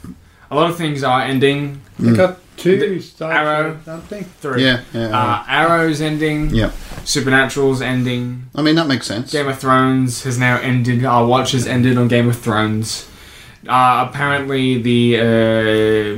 S1: A lot of things are ending.
S3: They got two
S1: Mm. The-
S3: sides
S1: Arrow.
S3: or something.
S1: Three.
S2: Yeah, yeah.
S1: Uh, Arrow's ending.
S2: yeah.
S1: Supernatural's ending.
S2: I mean, that makes sense.
S1: Game of Thrones has now ended. Our watch has ended on Game of Thrones. Uh, apparently, the uh,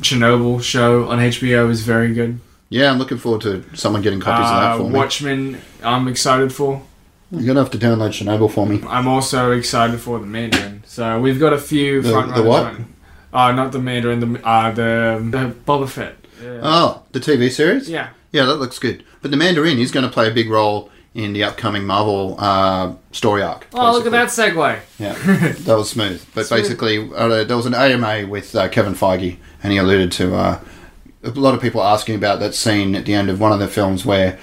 S1: Chernobyl show on HBO is very good.
S2: Yeah, I'm looking forward to someone getting copies of that
S1: Uh,
S2: for me.
S1: Watchmen, I'm excited for.
S2: You're going to have to download Chernobyl for me.
S1: I'm also excited for the Mandarin. So we've got a few
S2: The-
S1: front
S2: the
S1: runners.
S2: what?
S1: on- Uh, not the Mandarin. The uh, the the Boba Fett. Yeah.
S2: Oh, the TV series?
S1: yeah.
S2: Yeah, that looks good. But the Mandarin is going to play a big role in the upcoming Marvel uh, story arc.
S1: Oh, look at
S2: basically.
S1: that segue.
S2: Yeah, that was smooth. But basically, uh, there was an AMA with uh, Kevin Feige, and he alluded to uh, a lot of people asking about that scene at the end of one of the films where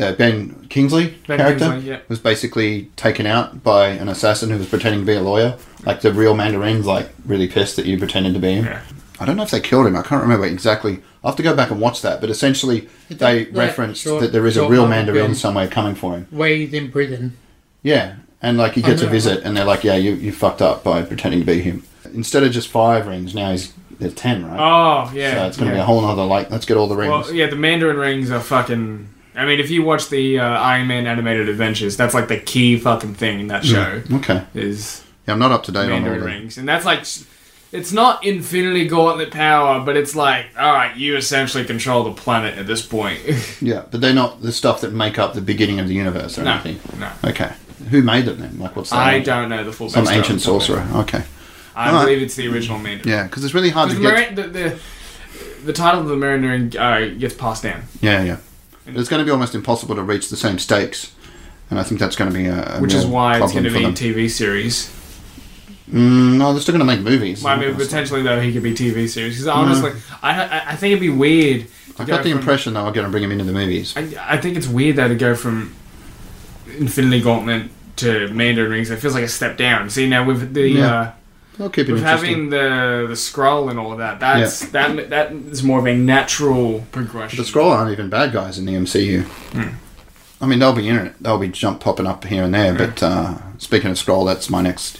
S2: uh, Ben Kingsley
S1: Ben
S2: character
S1: Kingsley, yeah.
S2: was basically taken out by an assassin who was pretending to be a lawyer. Like the real Mandarin's like really pissed that you pretended to be him.
S1: Yeah.
S2: I don't know if they killed him. I can't remember exactly. I have to go back and watch that. But essentially, they
S3: yeah,
S2: referenced
S3: short-
S2: that there is a
S3: short
S2: real
S3: moment
S2: Mandarin
S3: film.
S2: somewhere coming for him.
S3: Where he's in prison.
S2: Yeah, and like he gets a
S3: know.
S2: visit, and they're like, "Yeah, you, you fucked up by pretending to be him." Instead of just five rings, now he's there's ten, right?
S1: Oh, yeah.
S2: so it's gonna
S1: yeah.
S2: be a whole nother like. Let's get all the rings.
S1: Well, yeah, the Mandarin rings are fucking. I mean, if you watch the uh, Iron Man animated adventures, that's like the key fucking thing in
S2: Mm.
S1: that show
S2: Okay,
S1: is
S2: yeah, I'm not up to date on all
S1: Mandarin
S2: of them.
S1: rings, and that's like. s- It's not infinity gauntlet power, but it's like, all right, you essentially control the planet at this point.
S2: Yeah, but they're not the stuff that make up the beginning of the universe or
S1: no,
S2: anything.
S1: no,
S2: Okay, who made them then? Like, what's that?
S1: I don't know the full.
S2: Some
S1: backstory
S2: ancient
S1: of it.
S2: sorcerer. Okay,
S1: I
S2: Alright.
S1: believe it's the original Mandarin.
S2: yeah, because it's really hard to
S1: The,
S2: get.
S1: Marin- the, the, the title of the Mandarin uh, gets passed down.
S2: Yeah, yeah. But it's going to be almost impossible to reach the same stakes, and I think that's going to be a, a
S1: Which is
S2: real
S1: why it's
S2: problem
S1: going to
S2: for
S1: be a
S2: them.
S1: TV series.
S2: Mm, no, they're still going to make movies.
S1: Well, I mean, potentially though, he could be TV series. Because honestly, I, I I think it'd be weird. To
S2: Mm. I got the
S1: from-
S2: impression they were going to bring him into the movies.
S1: I, I think it's weird though to go from Infinity Gauntlet to Mandarin Rings. It feels like a step down. See now with the
S2: Yeah.
S1: uh,
S2: They'll keep it
S1: with having
S2: interesting.
S1: the the scroll and all of that. That's that that is more of a natural progression.
S2: The Skrull aren't even bad guys in the MCU.
S1: Hmm.
S2: I mean, they'll be in it. They'll be jump popping up here and there.
S1: Hmm.
S2: But uh, speaking of Skrull, that's my next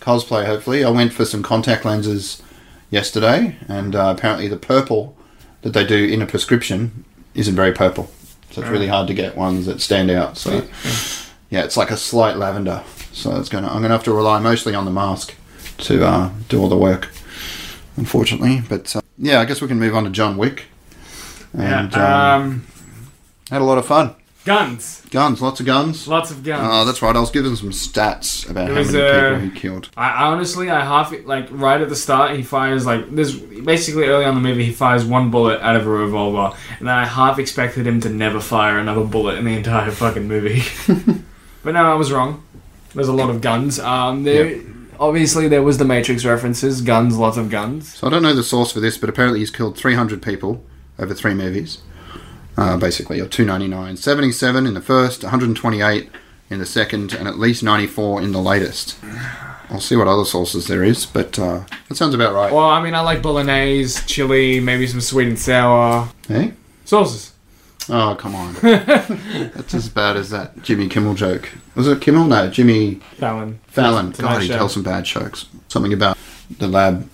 S2: cosplay. Hopefully, I went for some contact lenses yesterday, and uh, apparently the purple that they do in a prescription isn't very purple. So it's really hard to get ones that stand out. So yeah, it's like a slight lavender. So it's gonna. I'm gonna have to rely mostly on the mask to uh, do all the work, unfortunately. But uh, yeah, I guess we can move on to John Wick.
S1: Yeah.
S2: And um,
S1: um,
S2: had a lot of fun.
S1: guns,
S2: Guns, lots of guns.
S1: lots of guns.
S2: Oh, that's right. I was given some stats about
S1: It
S2: how
S1: was,
S2: many
S1: uh,
S2: people he killed.
S1: I I honestly, I half like right at the start, he fires like this. Basically, early on in the movie, he fires one bullet out of a revolver, and I half expected him to never fire another bullet in the entire fucking movie. but no, I was wrong. There's a lot of guns. Um, there obviously there was the Matrix references, guns, lots of guns.
S2: So I don't know the source for this, but apparently he's killed 300 people over three movies, uh, basically, or 299. 77 in the first, 128 in the second, and at least 94 in the latest. I'll see what other sources there is, but uh, that sounds about right.
S1: Well, I mean, I like bolognese, chili, maybe some sweet and sour
S2: Hey?
S1: sauces.
S2: Eh? Oh, come on. That's as bad as that Jimmy Kimmel joke. Was it Kimmel? No, Jimmy
S1: Fallon.
S2: Fallon.
S1: Tonight
S2: God, he
S1: Show.
S2: tells some bad jokes. Something about the lab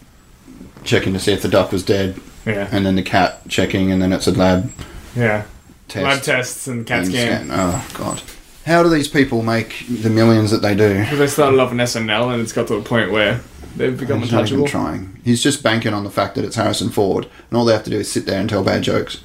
S2: checking to see if the duck was dead,
S1: Yeah,
S2: and then the cat checking, and then it's a lab
S1: yeah.
S2: test.
S1: Lab tests and CAT
S2: and
S1: scan.
S2: scan. Oh, God. How do these people make the millions that they do?
S1: Because they started off in SNL and it's got to a point where they've become
S2: He's not even
S1: untouchable.
S2: trying. He's just banking on the fact that it's Harrison Ford, and all they have to do is sit there and tell bad jokes,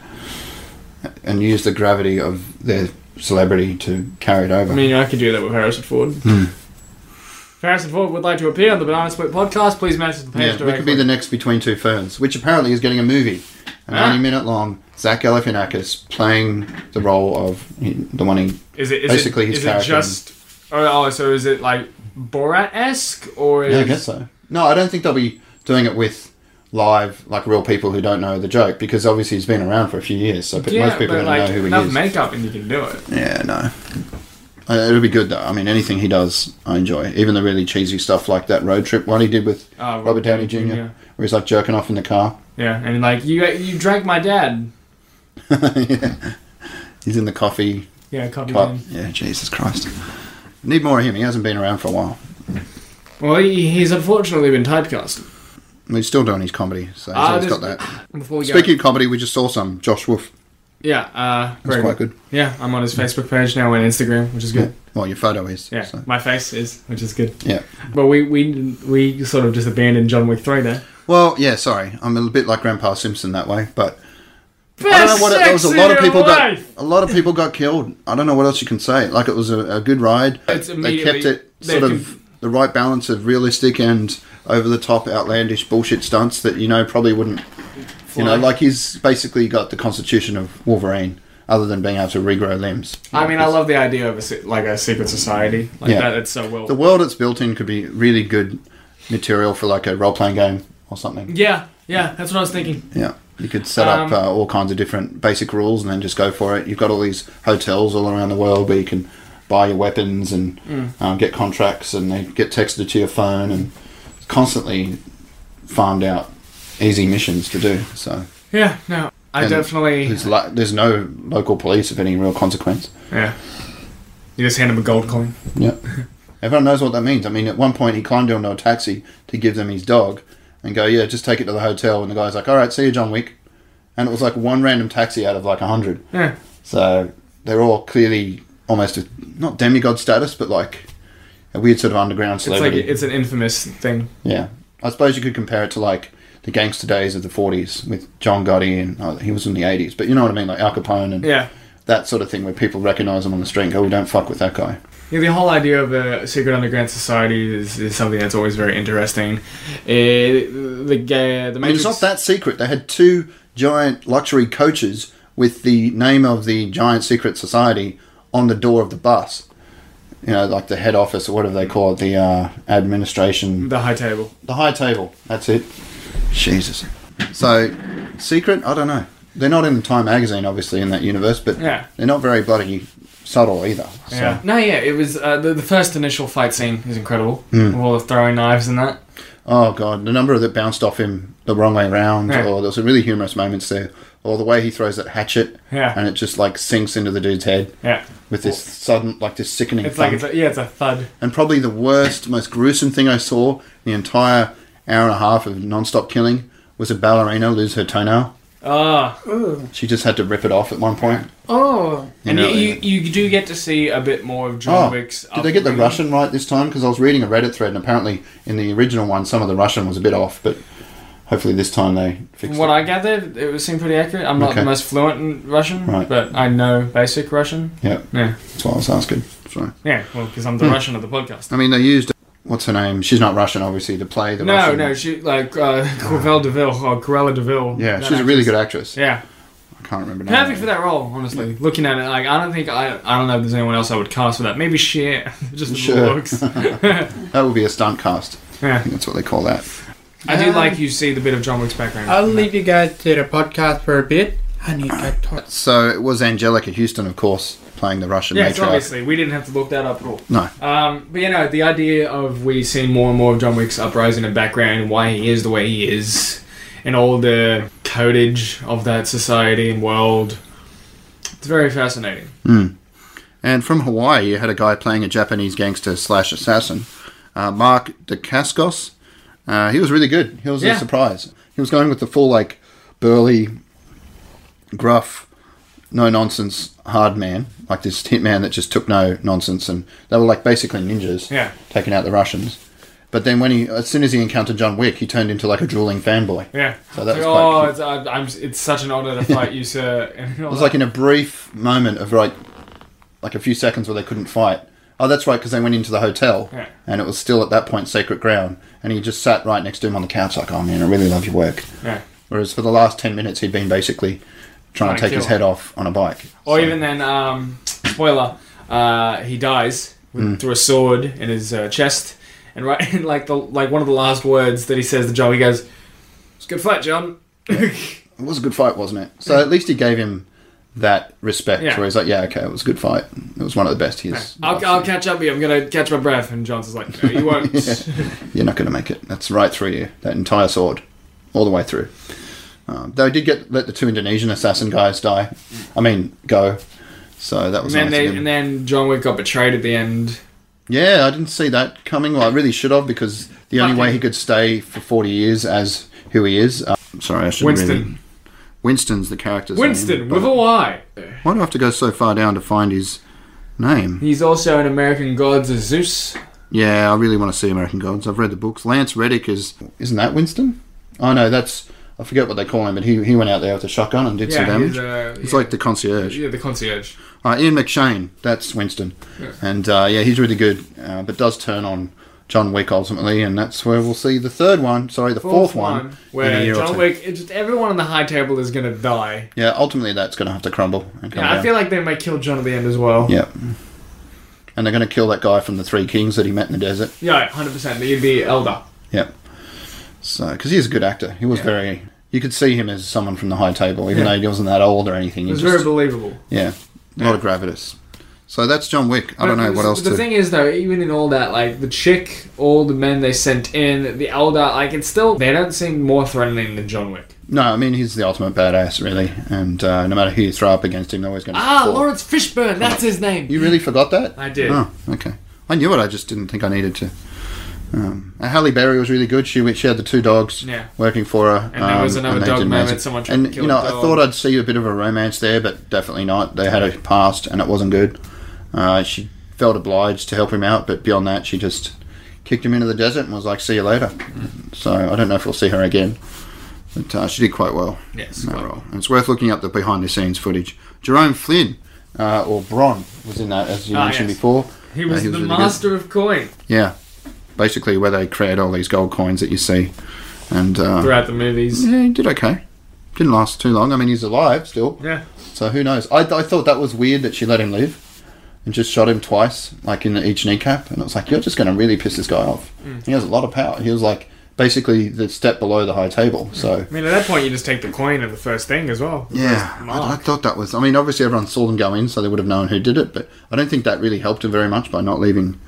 S2: and use the gravity of their celebrity to carry it over.
S1: I mean, I could do that with Harrison Ford.
S2: Hmm.
S1: If Harrison Ford would like to appear on the Banana Split podcast, please message the page
S2: yeah, we
S1: directly.
S2: could be the next Between Two Ferns, which apparently is getting a movie, a
S1: Ah.
S2: ninety-minute long. Zach Galifianakis playing the role of the one he.
S1: is it, is
S2: basically
S1: it,
S2: his
S1: is it
S2: character.
S1: just... Oh, oh, so is it like Borat-esque? Or is
S2: Yeah, I guess so. No, I don't think they'll be doing it with live, like real people who don't know the joke, because obviously he's been around for a few years, so but
S1: Yeah,
S2: most people
S1: but
S2: don't
S1: like
S2: know who he
S1: enough
S2: is.
S1: makeup and you can do it.
S2: Yeah, no. Uh, it'll be good though. I mean, anything he does, I enjoy. Even the really cheesy stuff like that road trip one he did with
S1: Uh,
S2: Robert Downey Jr., where he's like jerking off in the car.
S1: Yeah, and like you, you drank my dad.
S2: Yeah. He's in the coffee
S1: Yeah, copy
S2: cup.
S1: him.
S2: Yeah, Jesus Christ. Need more of him. He hasn't been around for a while.
S1: Well, he, he's unfortunately been typecast.
S2: He's still doing his comedy, so he's
S1: Ah,
S2: always
S1: this-
S2: got that.
S1: Before we go,
S2: Speaking of comedy, we just saw some. Josh Wolf.
S1: yeah, uh,
S2: That's
S1: very
S2: quite good.
S1: Yeah, I'm on his Facebook page now and Instagram, which is good.
S2: Well, your photo is.
S1: Yeah,
S2: so.
S1: my face is, which is good.
S2: Yeah.
S1: But we we we sort of just abandoned John Wick three there.
S2: Well, yeah, sorry. I'm a little bit like Grandpa Simpson that way, but I don't know what it, there was a lot of people got a lot of people got killed. I don't know what else you can say. Like it was a, a good ride.
S1: It's
S2: they
S1: immediately-
S2: kept it
S1: they
S2: sort of the right balance of realistic and over the top outlandish bullshit stunts that you know probably wouldn't you know like he's basically got the constitution of Wolverine other than being able to regrow limbs.
S1: I mean, I love the idea of a, se- like a secret society like
S2: Yeah.
S1: that. It's so well.
S2: the world it's built in could be really good material for like a role playing game or something.
S1: yeah, yeah, that's what I was thinking.
S2: Yeah. You could set
S1: Um,
S2: up uh, all kinds of different basic rules and then just go for it. You've got all these hotels all around the world where you can buy your weapons and um, get contracts, and they get texted to your phone and constantly farmed out easy missions to do. So
S1: Yeah, no, I
S2: And
S1: definitely.
S2: there's, lo- there's no local police of any real consequence.
S1: Yeah, you just hand him a gold coin.
S2: Yeah. Everyone knows what that means. I mean, at one point he climbed onto a taxi to give them his dog and go, yeah, just take it to the hotel. And the guy's like, all right, see you, John Wick. And it was like one random taxi out of like a hundred.
S1: Yeah,
S2: So they're all clearly almost a, not demigod status, but like a weird sort of underground
S1: it's like
S2: celebrity.
S1: it's an infamous thing.
S2: yeah, I suppose you could compare it to like the gangster days of the '40s with John Gotti, and oh, he was in the '80s, but you know what I mean, like Al Capone and
S1: Yeah.
S2: that sort of thing, where people recognise him on the street and go, "Oh, don't fuck with that guy."
S1: Yeah, the whole idea of a secret underground society is, is something that's always very interesting. Eh, the ga- the
S2: I mean,
S1: Matrix.
S2: it's not that secret. They had two giant luxury coaches with the name of the giant secret society on the door of the bus. You know, like the head office or whatever they call it, the uh, administration.
S1: The high table.
S2: The high table. That's it. Jesus. So, secret? I don't know. They're not in Time magazine, obviously, in that universe, but
S1: Yeah.
S2: they're not very bloody subtle either. So.
S1: Yeah. No, yeah, it was uh, the, the first initial fight scene is incredible.
S2: Hmm.
S1: With all the throwing knives and that.
S2: Oh god, the number that bounced off him the wrong way around,
S1: Yeah.
S2: or there's some really humorous moments there, or the way he throws that hatchet
S1: Yeah.
S2: and it just like sinks into the dude's head
S1: Yeah.
S2: with this sudden, like this sickening.
S1: It's like
S2: thump.
S1: it's a, yeah, it's a thud.
S2: and probably the worst, most gruesome thing I saw the entire hour and a half of non-stop killing was a ballerina lose her toenail.
S1: Ah.
S2: She just had to rip it off at one point.
S3: Oh,
S1: And
S2: know,
S1: you, you you do get to see a bit more of John
S2: Oh,
S1: Wick's.
S2: did they get the
S1: upbringing.
S2: Russian right this time? Because I was reading a Reddit thread, and apparently in the original one, some of the Russian was a bit off, but hopefully this time they
S1: From
S2: fixed
S1: what
S2: it.
S1: I gathered, it was seemed pretty accurate. I'm not
S2: Okay.
S1: the most fluent in Russian,
S2: Right.
S1: but I know basic Russian.
S2: yeah,
S1: Yeah.
S2: that's what I was asking. Sorry.
S1: Yeah. Well, because I'm the
S2: Hmm.
S1: Russian of the podcast.
S2: I mean, they used what's her name? She's not Russian, obviously, to play the
S1: No,
S2: Russian.
S1: no, she like uh, Corvelle Deville or Corella Deville.
S2: Yeah,
S1: That
S2: she's a really good actress.
S1: actress. Yeah,
S2: I can't remember. her
S1: perfect
S2: name.
S1: for that role. Honestly, looking at it, like I don't think I, I don't know if there's anyone else I would cast for that. Maybe Cher, just the
S2: Sure.
S1: looks.
S2: That would be a stunt cast. I
S1: yeah.
S2: think that's what they call that.
S1: I do
S3: Um,
S1: like you see the bit of John Wick's background.
S3: I'll leave you guys to the podcast for a bit. I need to talk.
S2: So it was Angelica Houston, of course, playing the Russian
S1: yeah, it's
S2: matriarch.
S1: obviously we didn't have to look that up at all.
S2: No,
S1: Um, but you know, the idea of we seeing more and more of John Wick's uprising and background, why he is the way he is, and all the codage of that society and world, It's very fascinating.
S2: And from Hawaii, you had a guy playing a Japanese gangster slash assassin, uh, Mark DeCascos. Uh, he was really good. He was
S1: Yeah.
S2: a surprise. He was going with the full, like, burly, gruff, no nonsense hard man, like this hitman that just took no nonsense. And they were, like, basically ninjas
S1: Yeah.
S2: taking out the Russians. But then when he, as soon as he encountered John Wick, he turned into, like, a drooling fanboy.
S1: Yeah.
S2: So that
S1: It's like,
S2: was quite
S1: oh,
S2: cute.
S1: it's, I, I'm, it's such an honor to fight you, sir. And all
S2: It was
S1: that.
S2: like in a brief moment of like, like a few seconds where they couldn't fight. Oh, that's right, because they went into the hotel,
S1: Yeah.
S2: and it was still at that point sacred ground. And he just sat right next to him on the couch, like, "Oh man, I really love your work."
S1: yeah.
S2: Whereas for the last ten minutes, he'd been basically
S1: Trying
S2: trying to
S1: to
S2: take his
S1: kill.
S2: head off on a bike.
S1: Or
S2: So-
S1: even then, um, spoiler, uh, he dies with,
S2: Mm.
S1: through a sword in his uh, chest, and right, and like the like one of the last words that he says to John, he goes, "It's a good fight, John."
S2: it was a good fight, wasn't it? So at least he gave him that respect,
S1: Yeah.
S2: where he's like, "Yeah, okay, it was a good fight. It was one of the best." He's
S1: I'll, I'll catch up with you. I'm gonna catch my breath, and John's is like, no, "You won't."
S2: You're not going to make it. That's right through you. That entire sword, all the way through. Um, though I did get let the two Indonesian assassin guys die. I mean, go. So that was
S1: And then
S2: nice
S1: they,
S2: of him.
S1: and then John Wick got betrayed at the end.
S2: yeah, I didn't see that coming. Well, I really should have because the only
S1: Fucking-
S2: way he could stay for 40 years as who he is. Uh, I'm sorry, I should
S1: Winston.
S2: really. Winston's the character's
S1: Winston
S2: name,
S1: with
S2: but
S1: a Y.
S2: Why do I have to go so far down to find his name?
S1: He's also in American Gods as Zeus.
S2: Yeah, I really want to see American Gods. I've read the books. Lance Reddick is isn't that Winston? Oh no, that's I forget what they call him, but he he went out there with a shotgun and did some
S1: Yeah,
S2: damage.
S1: he's,
S2: He's,
S1: uh, yeah,
S2: like the concierge.
S1: yeah, the concierge.
S2: Uh, Ian McShane, that's Winston,
S1: Yeah.
S2: and uh, yeah, he's really good, uh, but does turn on John Wick ultimately, and that's where we'll see the third one. Sorry, the fourth, one. in a
S1: where
S2: year or
S1: John
S2: two.
S1: Wick, it's just everyone on the high table is gonna die.
S2: Yeah, ultimately that's going to have to crumble. And come
S1: Yeah, I
S2: down.
S1: feel like they might kill John at the end as well.
S2: yeah. And they're going to kill that guy from the Three Kings that he met in the desert.
S1: Yeah, hundred percent. The the elder.
S2: Yeah. So, because he's a good actor, he was
S1: Yeah.
S2: very. You could see him as someone from the high table, even
S1: Yeah.
S2: though he wasn't that old or anything.
S1: It
S2: He
S1: was
S2: just,
S1: very believable.
S2: yeah, a lot of gravitas. So that's John Wick. I don't
S1: But
S2: know
S1: the-
S2: what else
S1: The
S2: to.
S1: thing is, though, even in all that, like the chick, all the men they sent in, the elder, like it's still they don't seem more threatening than John Wick.
S2: no, I mean he's the ultimate badass, really, and uh, no matter who you throw up against him, they're always going to.
S1: Ah, Lawrence Fishburne, that's his name.
S2: You really forgot that?
S1: I did.
S2: Oh, okay. I knew it. I just didn't think I needed to. Um, and Halle Berry was really good. She went- she had the two dogs
S1: Yeah.
S2: working for her,
S1: And there was
S2: um,
S1: another
S2: and they
S1: dog
S2: did
S1: moment,
S2: amazing.
S1: someone tried to
S2: And
S1: kill
S2: you know,
S1: the
S2: I
S1: dog.
S2: thought I'd see a bit of a romance there, but definitely not. They had a past, and it wasn't good. Uh, she felt obliged to help him out, but beyond that, she just kicked him into the desert and was like, "See you later."
S1: Mm.
S2: So I don't know if we'll see her again. But uh, she did quite well.
S1: Yes,
S2: in that
S1: quite
S2: role. And it's worth looking up the behind the scenes footage. Jerome Flynn, uh, or Bron, was in that, as you
S1: Ah,
S2: mentioned
S1: yes.
S2: before.
S1: He
S2: Uh,
S1: was the
S2: really good.
S1: master of coin
S2: Yeah. Basically, where they create all these gold coins that you see. And uh,
S1: throughout the movies.
S2: yeah, he did okay. Didn't last too long. I mean, he's alive still.
S1: Yeah,
S2: So who knows? I, I thought that was weird that she let him live and just shot him twice, like in each kneecap. And it was like, you're just going to really piss this guy off.
S1: Mm.
S2: He has a lot of power. He was like basically the step below the high table. So.
S1: I mean, at that point, you just take the coin of the first thing as well. The
S2: Yeah,
S1: first
S2: I, I
S1: mark.
S2: thought that was. I mean, obviously everyone saw them go in, so they would have known who did it. But I don't think that really helped him very much by not leaving,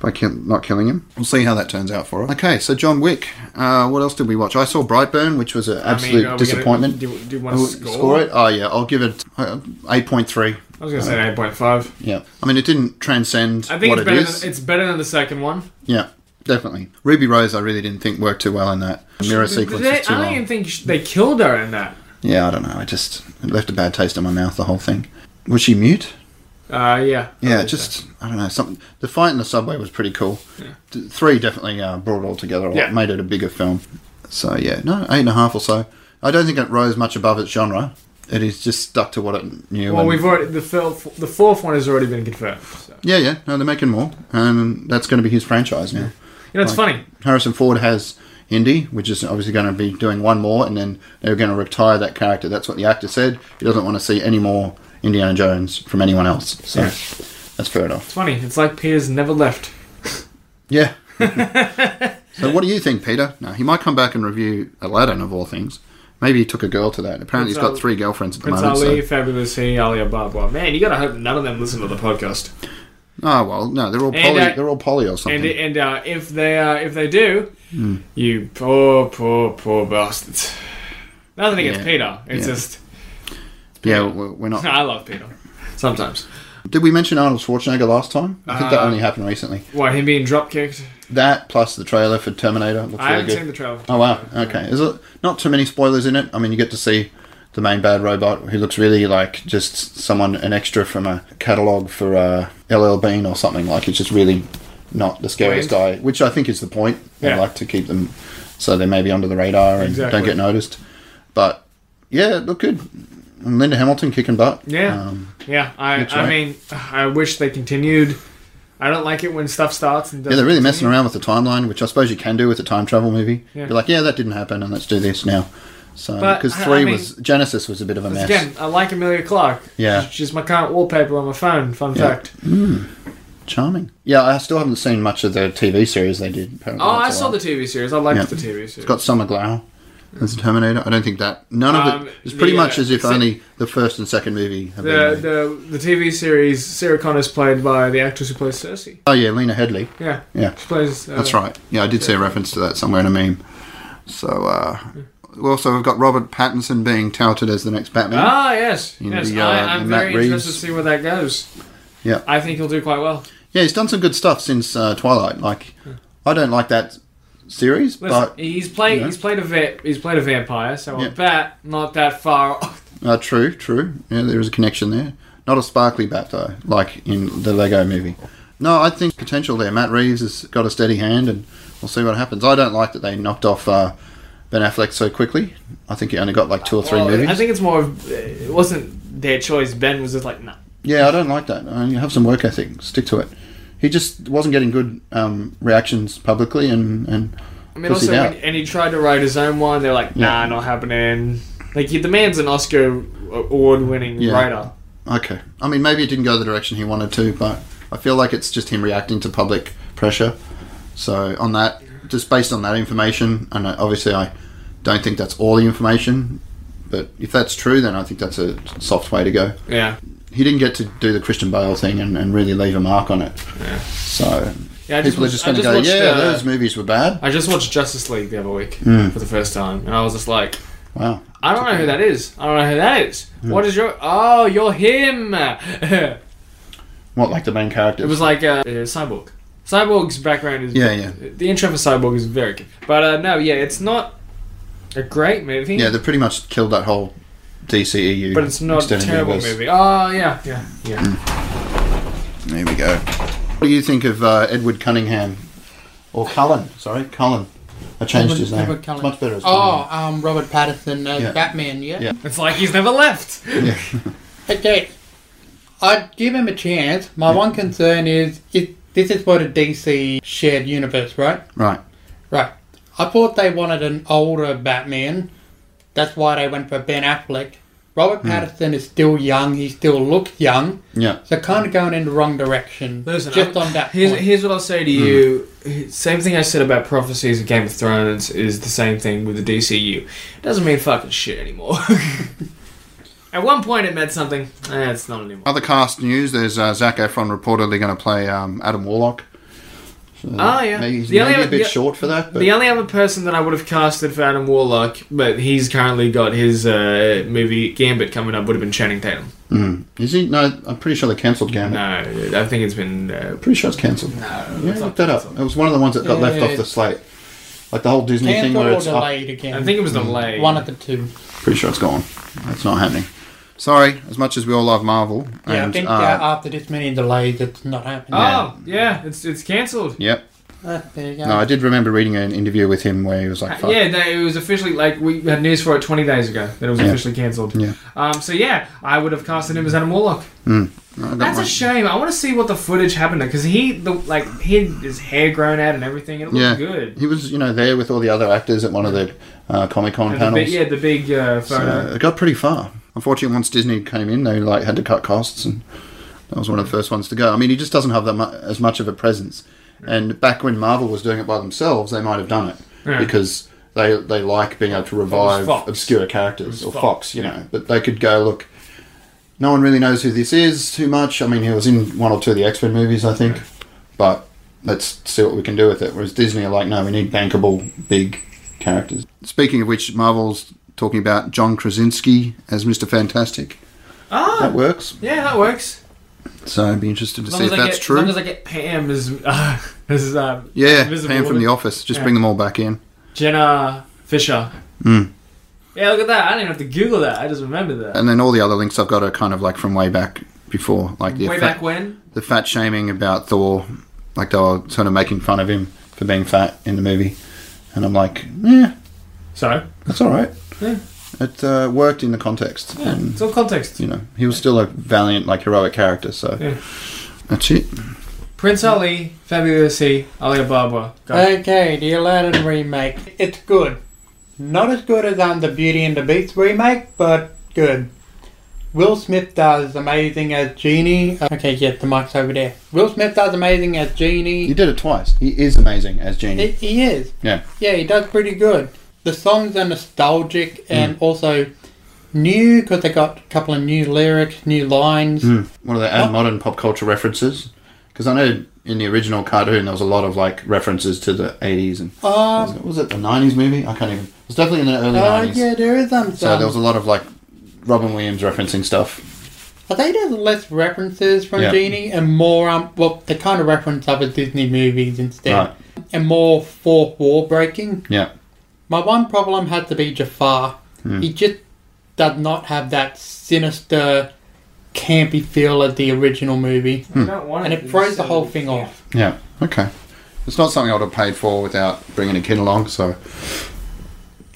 S2: by kill, not killing him. We'll see how that turns out for us. Okay, so John Wick. Uh, what else did we watch? I saw Brightburn, which was
S1: I
S2: an
S1: mean,
S2: absolute
S1: are we
S2: disappointment.
S1: Gonna, do, do you
S2: Oh,
S1: want to
S2: score?
S1: score?
S2: it? Oh yeah, I'll give it uh, eight point three.
S1: I was gonna say eight point five.
S2: Yeah, I mean it didn't transcend
S1: I think
S2: what
S1: it's
S2: it
S1: better.
S2: is.
S1: Than, it's better than the second one.
S2: yeah, definitely. Ruby Rose, I really didn't think worked too well in that mirror
S1: They-
S2: sequence.
S1: I
S2: was too
S1: don't
S2: long.
S1: even think sh- they killed her in that.
S2: Yeah, I don't know. I just it left a bad taste in my mouth. The whole thing. Was she mute?
S1: Uh, yeah.
S2: Yeah,
S1: I think
S2: just
S1: so.
S2: I don't know. Something the fight in the subway was pretty cool. Th- Three definitely uh, brought it all together. A lot,
S1: Yeah.
S2: made it a bigger film. So yeah, no, eight and a half or so. I don't think it rose much above its genre. It is just stuck to what it knew.
S1: Well,
S2: and-
S1: we've already the fourth, the fourth one has already been confirmed. So.
S2: yeah, yeah. No, they're making more, and that's going to be his franchise now.
S1: You know, it's
S2: Like-
S1: funny.
S2: Harrison Ford has Indy, which is obviously going to be doing one more, and then they're going to retire that character. That's what the actor said. He doesn't want to see any more Indiana Jones from anyone else. So
S1: Yeah.
S2: that's fair enough.
S1: It's funny. It's like Peter's never left.
S2: Yeah. so what do you think, Peter? Now he might come back and review Aladdin of all things. Maybe he took a girl to that. Apparently he's
S1: Prince
S2: got
S1: Al-
S2: three girlfriends at the
S1: Prince
S2: moment.
S1: Ali,
S2: So.
S1: Fabulous He, Ali Ababa. Man, you gotta hope none of them listen to the podcast.
S2: Oh well, no, they're all poly.
S1: And, uh,
S2: they're all poly or something.
S1: And and uh, if they uh, if they do,
S2: Hmm.
S1: you poor poor poor bastards. Nothing against
S2: Yeah.
S1: Peter. It's
S2: Yeah.
S1: just
S2: Yeah, we're, we're not.
S1: I love Peter. Sometimes.
S2: Did we mention Arnold Schwarzenegger last time? I think that
S1: Uh,
S2: only happened recently.
S1: Why him being drop kicked?
S2: That plus the trailer for Terminator looks
S1: I
S2: really
S1: haven't
S2: good.
S1: seen the trailer.
S2: Oh wow. Okay. Is it not too many spoilers in it? I mean, you get to see the main bad robot who looks really like just someone an extra from a catalog for uh, LL Bean or something. Like it's just really not the scariest guy, which I think is the point. They
S1: Yeah.
S2: like to keep them so they may be under the radar and
S1: Exactly.
S2: don't get noticed. But yeah, it looked good. And Linda Hamilton kicking butt.
S1: Yeah.
S2: Um,
S1: Yeah, I,
S2: That's
S1: I
S2: right.
S1: mean, I wish they continued. I don't like it when stuff starts and
S2: yeah,
S1: doesn't
S2: they're really messing
S1: continue.
S2: around with the timeline, which I suppose you can do with a time travel movie.
S1: Yeah.
S2: You're like, yeah, that didn't happen, and let's do this now. So
S1: But,
S2: because
S1: I- I
S2: three
S1: mean-
S2: was Genesis was a bit of a mess.
S1: Again, I like Amelia Clark.
S2: Yeah.
S1: She's- She's my current wallpaper on my phone, fun
S2: Yeah.
S1: fact.
S2: Charming. Yeah, I still haven't seen much of the TV series they did. Apparently
S1: Oh,
S2: That's
S1: I
S2: a
S1: saw
S2: lot.
S1: the TV series. I liked
S2: Yeah.
S1: the TV series.
S2: It's got Summer Glau as a Terminator. I don't think that. None of
S1: Um,
S2: it. It's pretty
S1: the,
S2: much
S1: uh,
S2: as if
S1: se-
S2: only the first and second movie have
S1: the,
S2: been. made.
S1: the the TV series Sarah Connor's played by the actress who plays Cersei.
S2: oh yeah, Lena Headley.
S1: Yeah,
S2: Yeah,
S1: she plays. Uh,
S2: that's right. Yeah, I did see a reference to that somewhere in a meme. So uh, also we've got Robert Pattinson being touted as the next Batman.
S1: Ah, yes,
S2: In
S1: yes.
S2: the, uh,
S1: I, I'm
S2: in Matt
S1: very interested
S2: Reeves.
S1: to see where that goes.
S2: Yeah.
S1: I think he'll do quite well.
S2: Yeah, he's done some good stuff since uh, Twilight. Like, I don't like that series,
S1: Listen,
S2: but
S1: he's played.
S2: you know.
S1: He's played a va- He's played a vampire, so
S2: Yeah.
S1: a bat not that far. off.
S2: Uh, true, true. Yeah, there is a connection there. Not a sparkly bat though, like in the Lego movie. No, I think potential there. Matt Reeves has got a steady hand, and we'll see what happens. I don't like that they knocked off uh, Ben Affleck so quickly. I think he only got like two or three
S1: Well,
S2: movies.
S1: I think it's more. Of, it wasn't their choice. Ben was just like, no.
S2: yeah, I don't like that. I mean, you have some work ethic. Stick to it. He just wasn't getting good um, reactions publicly, and, and
S1: I mean,
S2: Pussied
S1: also, when,
S2: out.
S1: and he tried to write his own one. They're like, nah,
S2: Yeah.
S1: not happening. Like he, the man's an Oscar award-winning
S2: Yeah.
S1: writer.
S2: Okay. I mean, maybe it didn't go the direction he wanted to, but I feel like it's just him reacting to public pressure. So, on that, just based on that information, and I- obviously I don't think that's all the information, but if that's true, then I think that's a soft way to go.
S1: Yeah.
S2: He didn't get to do the Christian Bale thing and, and really leave a mark on it.
S1: Yeah.
S2: So,
S1: Yeah, I just
S2: people are
S1: watched,
S2: just
S1: I
S2: going
S1: just
S2: to go,
S1: watched,
S2: yeah,
S1: uh,
S2: those movies were bad.
S1: I just watched Justice League the other week
S2: Hmm.
S1: for the first time, and I was just like,
S2: Wow.
S1: I don't know who that is. I don't know who that is.
S2: Hmm.
S1: What is your? Oh, you're him. it
S2: What, like the main characters?
S1: was like uh, uh, Cyborg. Cyborg's background is
S2: Yeah, yeah.
S1: The intro for Cyborg is very good, but uh, no, yeah, it's not a great movie.
S2: Yeah, they pretty much killed that whole DCEU.
S1: but it's not a
S2: extended
S1: terrible
S2: universe.
S1: movie. Oh yeah, yeah, yeah.
S2: There we go. What do you think of uh, Edward Cunningham? Or Cullen, sorry, Cullen. I changed
S3: Edward-
S2: his name.
S3: Edward Cullen.
S2: It's much better as
S3: Oh, um, Robert Patterson as
S2: Yeah.
S3: Batman, yeah?
S2: Yeah.
S1: It's like he's never left.
S2: Cullen. Yeah.
S3: Okay. I'd give him a chance. My one concern is if this is what a DC shared universe, right?
S2: right.
S3: Right. I thought they wanted an older Batman. That's why they went for Ben Affleck. Robert
S2: Hmm.
S3: Patterson is still young. He still looks young.
S2: Yeah.
S3: So kind of going in the wrong direction.
S1: Listen,
S3: just
S1: I'm-
S3: on that
S1: Here's,
S3: point.
S1: here's what I'll say to you. Same thing I said about prophecies of Game of Thrones is the same thing with the DCU. It doesn't mean fucking shit anymore. At one point it meant something. Eh, it's not anymore.
S2: Other cast news: There's uh, Zac Efron reportedly going to play um, Adam Warlock. So
S1: Ah, yeah.
S2: He's
S1: The only
S2: maybe a
S1: other-
S2: bit
S1: the-
S2: short for that, but
S1: The only other person that I would have casted for Adam Warlock, but he's currently got his uh, movie Gambit coming up, would have been Channing Tatum.
S2: Mm. is he? No, I'm pretty sure they cancelled Gambit.
S1: No, I think it's been. Uh,
S2: Pretty sure it's cancelled.
S1: no,
S2: Yeah,
S1: it's not
S2: look that up. It was one of the ones that got
S3: Yeah,
S2: left
S3: yeah,
S2: off
S3: yeah.
S2: the slate, like the whole Disney thing
S3: Cancelled
S2: where
S3: or
S2: it's up
S3: delayed again.
S1: I think it was delayed.
S3: Hmm. one of the two.
S2: Pretty sure it's gone. That's not happening. Sorry, as much as we all love Marvel.
S3: Yeah,
S2: and,
S3: I think uh,
S2: uh,
S3: after this many delays, it's not happening.
S1: Oh yeah, it's it's cancelled.
S2: Yep.
S3: Uh, there you go.
S2: No, I did remember reading an interview with him where he was like, Fuck.
S1: Uh, Yeah, they, it was officially like we had news for it 20 days ago that it was
S2: Yeah.
S1: officially cancelled.
S2: Yeah.
S1: Um, so yeah, I would have casted him as Adam Warlock.
S2: "Oh, I got
S1: That's
S2: my-
S1: a shame. I want to see what the footage happened because he the like he had his hair grown out and everything. It looked
S2: Yeah.
S1: good.
S2: He was, you know, there with all the other actors at one of the uh, Comic Con
S1: And the
S2: panels.
S1: big, yeah, the big uh, photo.
S2: So it got pretty far. Unfortunately, once Disney came in, they like had to cut costs, and that was one of the first ones to go. I mean, he just doesn't have that mu- as much of a presence. And back when Marvel was doing it by themselves, they might have done it
S1: Yeah.
S2: because they they like being able to revive
S1: Fox.
S2: obscure
S1: was
S2: characters or
S1: Fox,
S2: Fox, you know. But they could go look. No one really knows who this is too much. I mean, he was in one or two of the X Men movies, I think. But let's see what we can do with it. Whereas Disney are like, no, we need bankable big characters. Speaking of which, Marvel's talking about John Krasinski as Mr. Fantastic.
S1: Ah,
S2: That works.
S1: yeah, that works.
S2: So I'd be interested to
S1: As long
S2: see if
S1: as I
S2: that's
S1: get,
S2: true.
S1: As long as I get Pam as uh, as uh,
S2: yeah,
S1: Invisible
S2: Pam from
S1: Woman.
S2: the office. Just
S1: Yeah.
S2: bring them all back in.
S1: Jenna Fisher.
S2: Mm.
S1: Yeah, look at that. I didn't have to Google that. I just remembered that.
S2: And then all the other links I've got are kind of like from way back before, like the
S1: Way
S2: fat,
S1: back when.
S2: the fat shaming about Thor, like they were sort of making fun of him for being fat in the movie, and I'm like, yeah,
S1: So
S2: that's all right.
S1: Yeah.
S2: It uh, worked in the context,
S1: yeah,
S2: and
S1: it's all context.
S2: you know he was still a valiant, like heroic character. So
S1: Yeah.
S2: that's it.
S1: Prince Ali, Fabulosi, Alibaba. Go.
S3: Okay, the Aladdin remake. It's good. Not as good as um, the Beauty and the Beast remake, but good. Will Smith does amazing as Genie. Uh, Okay, yes, the mic's over there. Will Smith does amazing as
S2: He
S3: Genie.
S2: did it twice. He is amazing as
S3: He,
S2: Genie.
S3: he is.
S2: Yeah.
S3: Yeah, he does pretty good. The songs are nostalgic
S2: Mm.
S3: and also new because they got a couple of new lyrics, new lines.
S2: Mm. What do they add modern pop culture references? Because I know in the original cartoon there was a lot of like references to the 80s and
S3: Um,
S2: was it, was it the 90s movie? I can't even. It was definitely in the early
S3: uh,
S2: 90s.
S3: yeah, there is um,
S2: So
S3: some.
S2: there was a lot of like Robin Williams referencing stuff.
S3: I think there's less references from
S2: Yeah.
S3: Genie and more, um, well, they kind of reference other Disney movies instead.
S2: Right.
S3: And more fourth wall breaking.
S2: Yeah.
S3: My one problem had to be Jafar.
S2: Hmm.
S3: He just does not have that sinister, campy feel of the original movie.
S2: Hmm.
S1: You don't want
S3: And
S1: to
S3: it
S1: be
S3: throws the
S1: so-
S3: whole thing
S1: yeah.
S3: off.
S2: Yeah. Okay. It's not something I would have paid for without bringing a kid along. So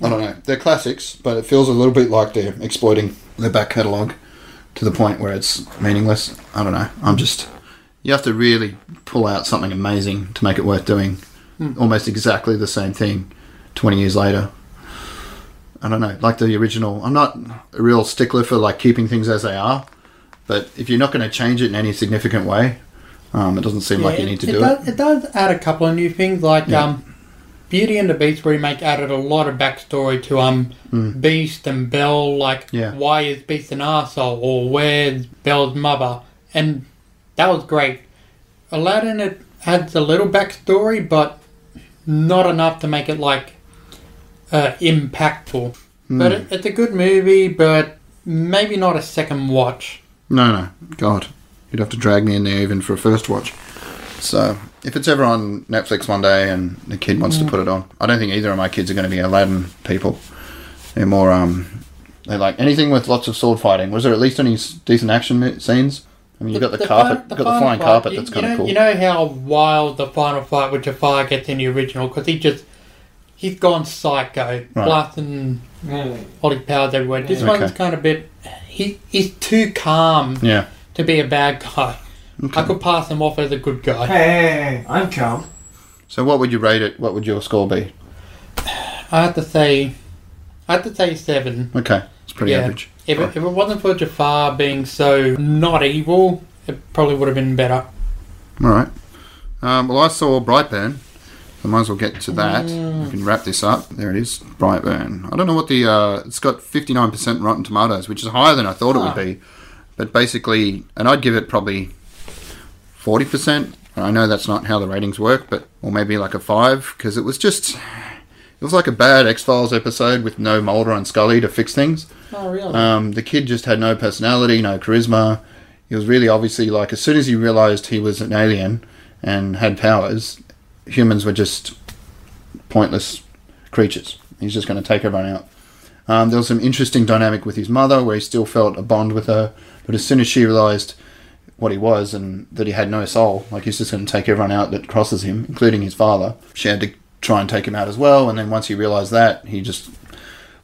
S2: I don't know. They're classics, but it feels a little bit like they're exploiting their back catalogue to the point where it's meaningless. I don't know. I'm just. You have to really pull out something amazing to make it worth doing.
S3: Hmm.
S2: Almost exactly the same thing 20 years later. I don't know. Like the original. I'm not a real stickler for like keeping things as they are, but if you're not going to change it in any significant way, um, it doesn't seem like you
S3: it-
S2: need to
S3: it
S2: do it.
S3: does, it. does add a couple of new things, like
S2: Yeah.
S3: um, Beauty and the Beast remake added a lot of backstory to um Beast and Belle, like
S2: Mm. Yeah.
S3: why is Beast an asshole or where's Belle's mother, and that was great. Aladdin it adds a little backstory, but not enough to make it like uh, impactful.
S2: Mm.
S3: But it, it's a good movie, but maybe not a second watch.
S2: No, no, God, you'd have to drag me in there even for a first watch. So if it's ever on Netflix one day and the kid
S3: Mm.
S2: wants to put it on, I don't think either of my kids are going to be Aladdin people. They're more um, they like anything with lots of sword fighting. Was there at least any s- decent action mi- scenes? I mean, you got the, carpet,
S3: fin-
S2: you got the
S3: final
S2: flying
S3: fight,
S2: carpet.
S3: you-
S2: That's
S3: you
S2: kind
S3: know-
S2: of cool.
S3: You know how wild the final fight with Jafar gets in the original because he just he's gone psycho, blasting
S1: Mm.
S3: holy powers everywhere. This
S2: Yeah.
S3: one's
S2: Okay.
S3: kind of bit he he's too calm
S2: yeah,
S3: to be a bad guy. I could pass him off as a good guy.
S1: Hey, I'm calm.
S2: So what would you rate it? What would your score be?
S3: I have to say, I have to say seven.
S2: Okay, it's pretty
S3: Yeah.
S2: average.
S3: If it, if it wasn't for Jafar being so not evil, it probably would have been better.
S2: All right. Um, well, I saw Brightburn. I might as well get to that. We can wrap this up. There it is, Brightburn. I don't know what the. Uh, it's got 59% Rotten Tomatoes, which is higher than I thought it
S3: Ah.
S2: would be. But basically, and I'd give it probably 40%. I know that's not how the ratings work, but or maybe like a five because it was just. It was like a bad X Files episode with no Mulder and Scully to fix things.
S3: Oh really?
S2: Um, the kid just had no personality, no charisma. He was really obviously like as soon as he realized he was an alien and had powers, humans were just pointless creatures. He's just going to take everyone out. Um, there was some interesting dynamic with his mother where he still felt a bond with her, but as soon as she realized what he was and that he had no soul, like he's just going to take everyone out that crosses him, including his father, she had to try and take him out as well. And then once he realized that, he just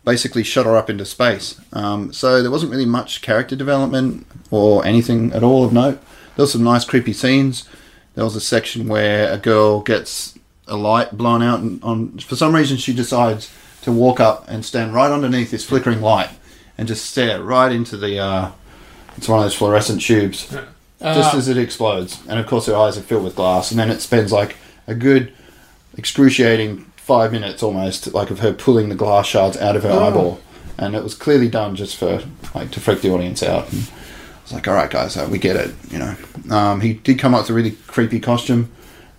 S2: basically shot her up into space. Um, so there wasn't really much character development or anything at all of note. There was some nice creepy scenes. There was a section where a girl gets a light blown out, and on for some reason she decides to walk up and stand right underneath this flickering light and just stare right into the. Uh, it's one of those fluorescent tubes just
S3: Ah.
S2: as it explodes. And of course, her eyes are filled with glass. And then it spends like a good, excruciating five minutes almost, like of her pulling the glass shards out of her eyeball. And it was clearly done just for like to freak the audience out. And it's like, all right, guys, uh, we get it. You know, um, he did come up with a really creepy costume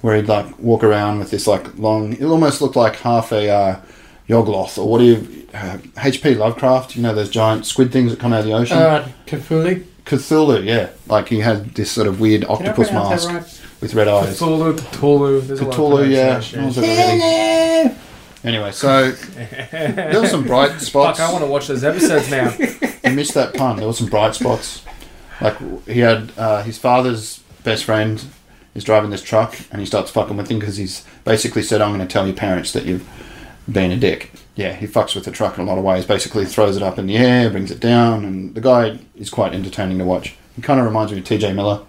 S2: where he'd like walk around with this like long. It almost looked like half a uh, Yogloth, or what do you. Uh, H.P. Lovecraft, you know, those giant squid things that come out of the ocean?
S3: Uh, Cthulhu.
S2: Cthulhu, yeah. Like he had this sort of weird
S3: Did I
S2: octopus
S3: pronounce
S2: mask
S3: that
S2: with red eyes.
S1: Cthulhu, Cthulhu. There's
S2: Cthulhu,
S1: a
S2: yeah. What
S1: lot
S2: was
S1: of
S2: it really?
S3: right?
S2: Anyway, so there were some bright spots.
S1: Fuck, I want to watch those episodes now.
S2: You missed that pun. There were some bright spots. Like he had uh, his father's best friend is driving this truck, and he starts fucking with him because he's basically said, "I'm going to tell your parents that you've been a dick." Yeah, he fucks with the truck in a lot of ways. Basically, throws it up in the air, brings it down, and the guy is quite entertaining to watch. He kind of reminds me of T.J. Miller.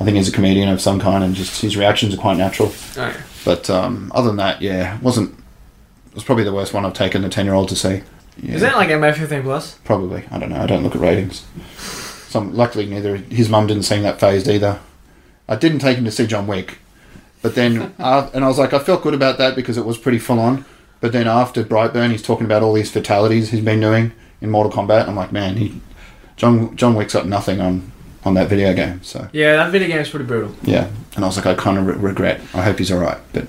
S2: I think he's a comedian of some kind, and just his reactions are quite natural.
S1: Alright.
S2: But um, other than that, yeah, wasn't. It was probably the worst one I've taken the ten year old to see. Yeah.
S1: Is that like MA fifteen plus?
S2: Probably. I don't know. I don't look at ratings. Some luckily neither his mum didn't seem that phased either. I didn't take him to see John Wick, but then uh, and I was like I felt good about that because it was pretty full on. But then after Brightburn, he's talking about all these fatalities he's been doing in Mortal Kombat. I'm like, man, he John John Wick's got nothing on on that video game. So
S1: Yeah, that video game's pretty brutal.
S2: yeah, and I was like, I kind of re- regret. I hope he's all right, but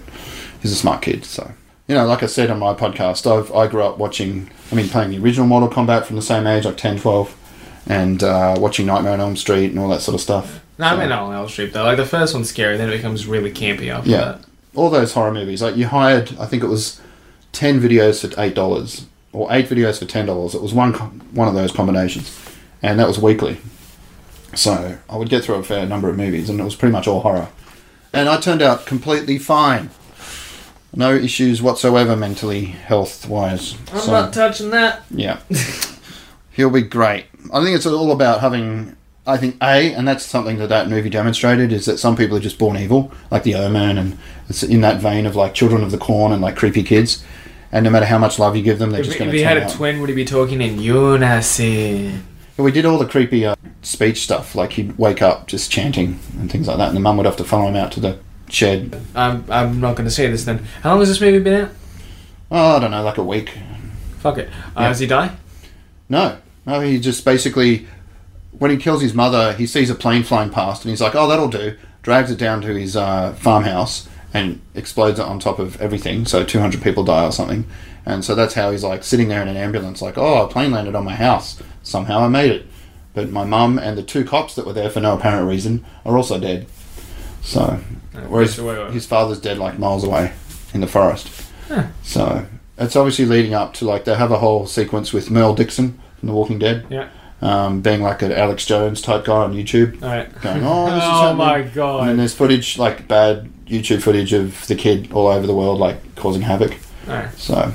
S2: he's a smart kid, so you know, like I said on my podcast, I've I grew up watching. I mean, playing the original Mortal Kombat from the same age, like 10, 12, and uh, watching Nightmare on Elm Street and all that sort of stuff.
S1: No, I
S2: So-
S1: mean not on Elm Street though. Like the first one's scary, then it becomes really campy after
S2: Yeah.
S1: that.
S2: all those horror movies. Like you hired, I think it was ten videos for eight dollars or eight videos for ten dollars. It was one co- one of those combinations, and that was weekly. So I would get through a fair number of movies, and it was pretty much all horror. And I turned out completely fine. No issues whatsoever mentally, health wise.
S1: I'm not touching that.
S2: Yeah. He'll be great. I think it's all about having. I think a, and that's something that that movie demonstrated, is that some people are just born evil, like the Omen, and it's in that vein of like Children of the Corn and like creepy kids. And no matter how much love you give them, they're
S1: If,
S2: just going
S1: if
S2: to
S1: he
S2: turn
S1: had
S2: out.
S1: a twin, would he be talking in unison?
S2: But we did all the creepy uh, speech stuff, like he'd wake up just chanting and things like that, and the mum would have to follow him out to the shed.
S1: I'm I'm not going to say this then. How long has this movie been out?
S2: Oh, I don't know, like a week.
S1: Fuck it. Uh,
S2: Yeah.
S1: Does he die?
S2: No, no. He just basically, when he kills his mother, he sees a plane flying past, and he's like, "Oh, that'll do." Drags it down to his uh, farmhouse and explodes it on top of everything. So two hundred people die or something, and so that's how he's like sitting there in an ambulance, like, "Oh, a plane landed on my house. Somehow I made it." But my mum and the two cops that were there for no apparent reason are also dead. So, whereas
S1: so wait, wait.
S2: his father's dead like miles away in the forest.
S1: Huh.
S2: So it's obviously leading up to like they have a whole sequence with Merle Dixon from The Walking Dead,
S1: Yeah.
S2: um, being like an Alex Jones type guy on YouTube,
S1: All right.
S2: going, "Oh, this is
S1: Oh
S2: happening."
S1: my
S2: And then
S1: god.
S2: there's footage like bad YouTube footage of the kid all over the world like causing havoc.
S1: All right.
S2: So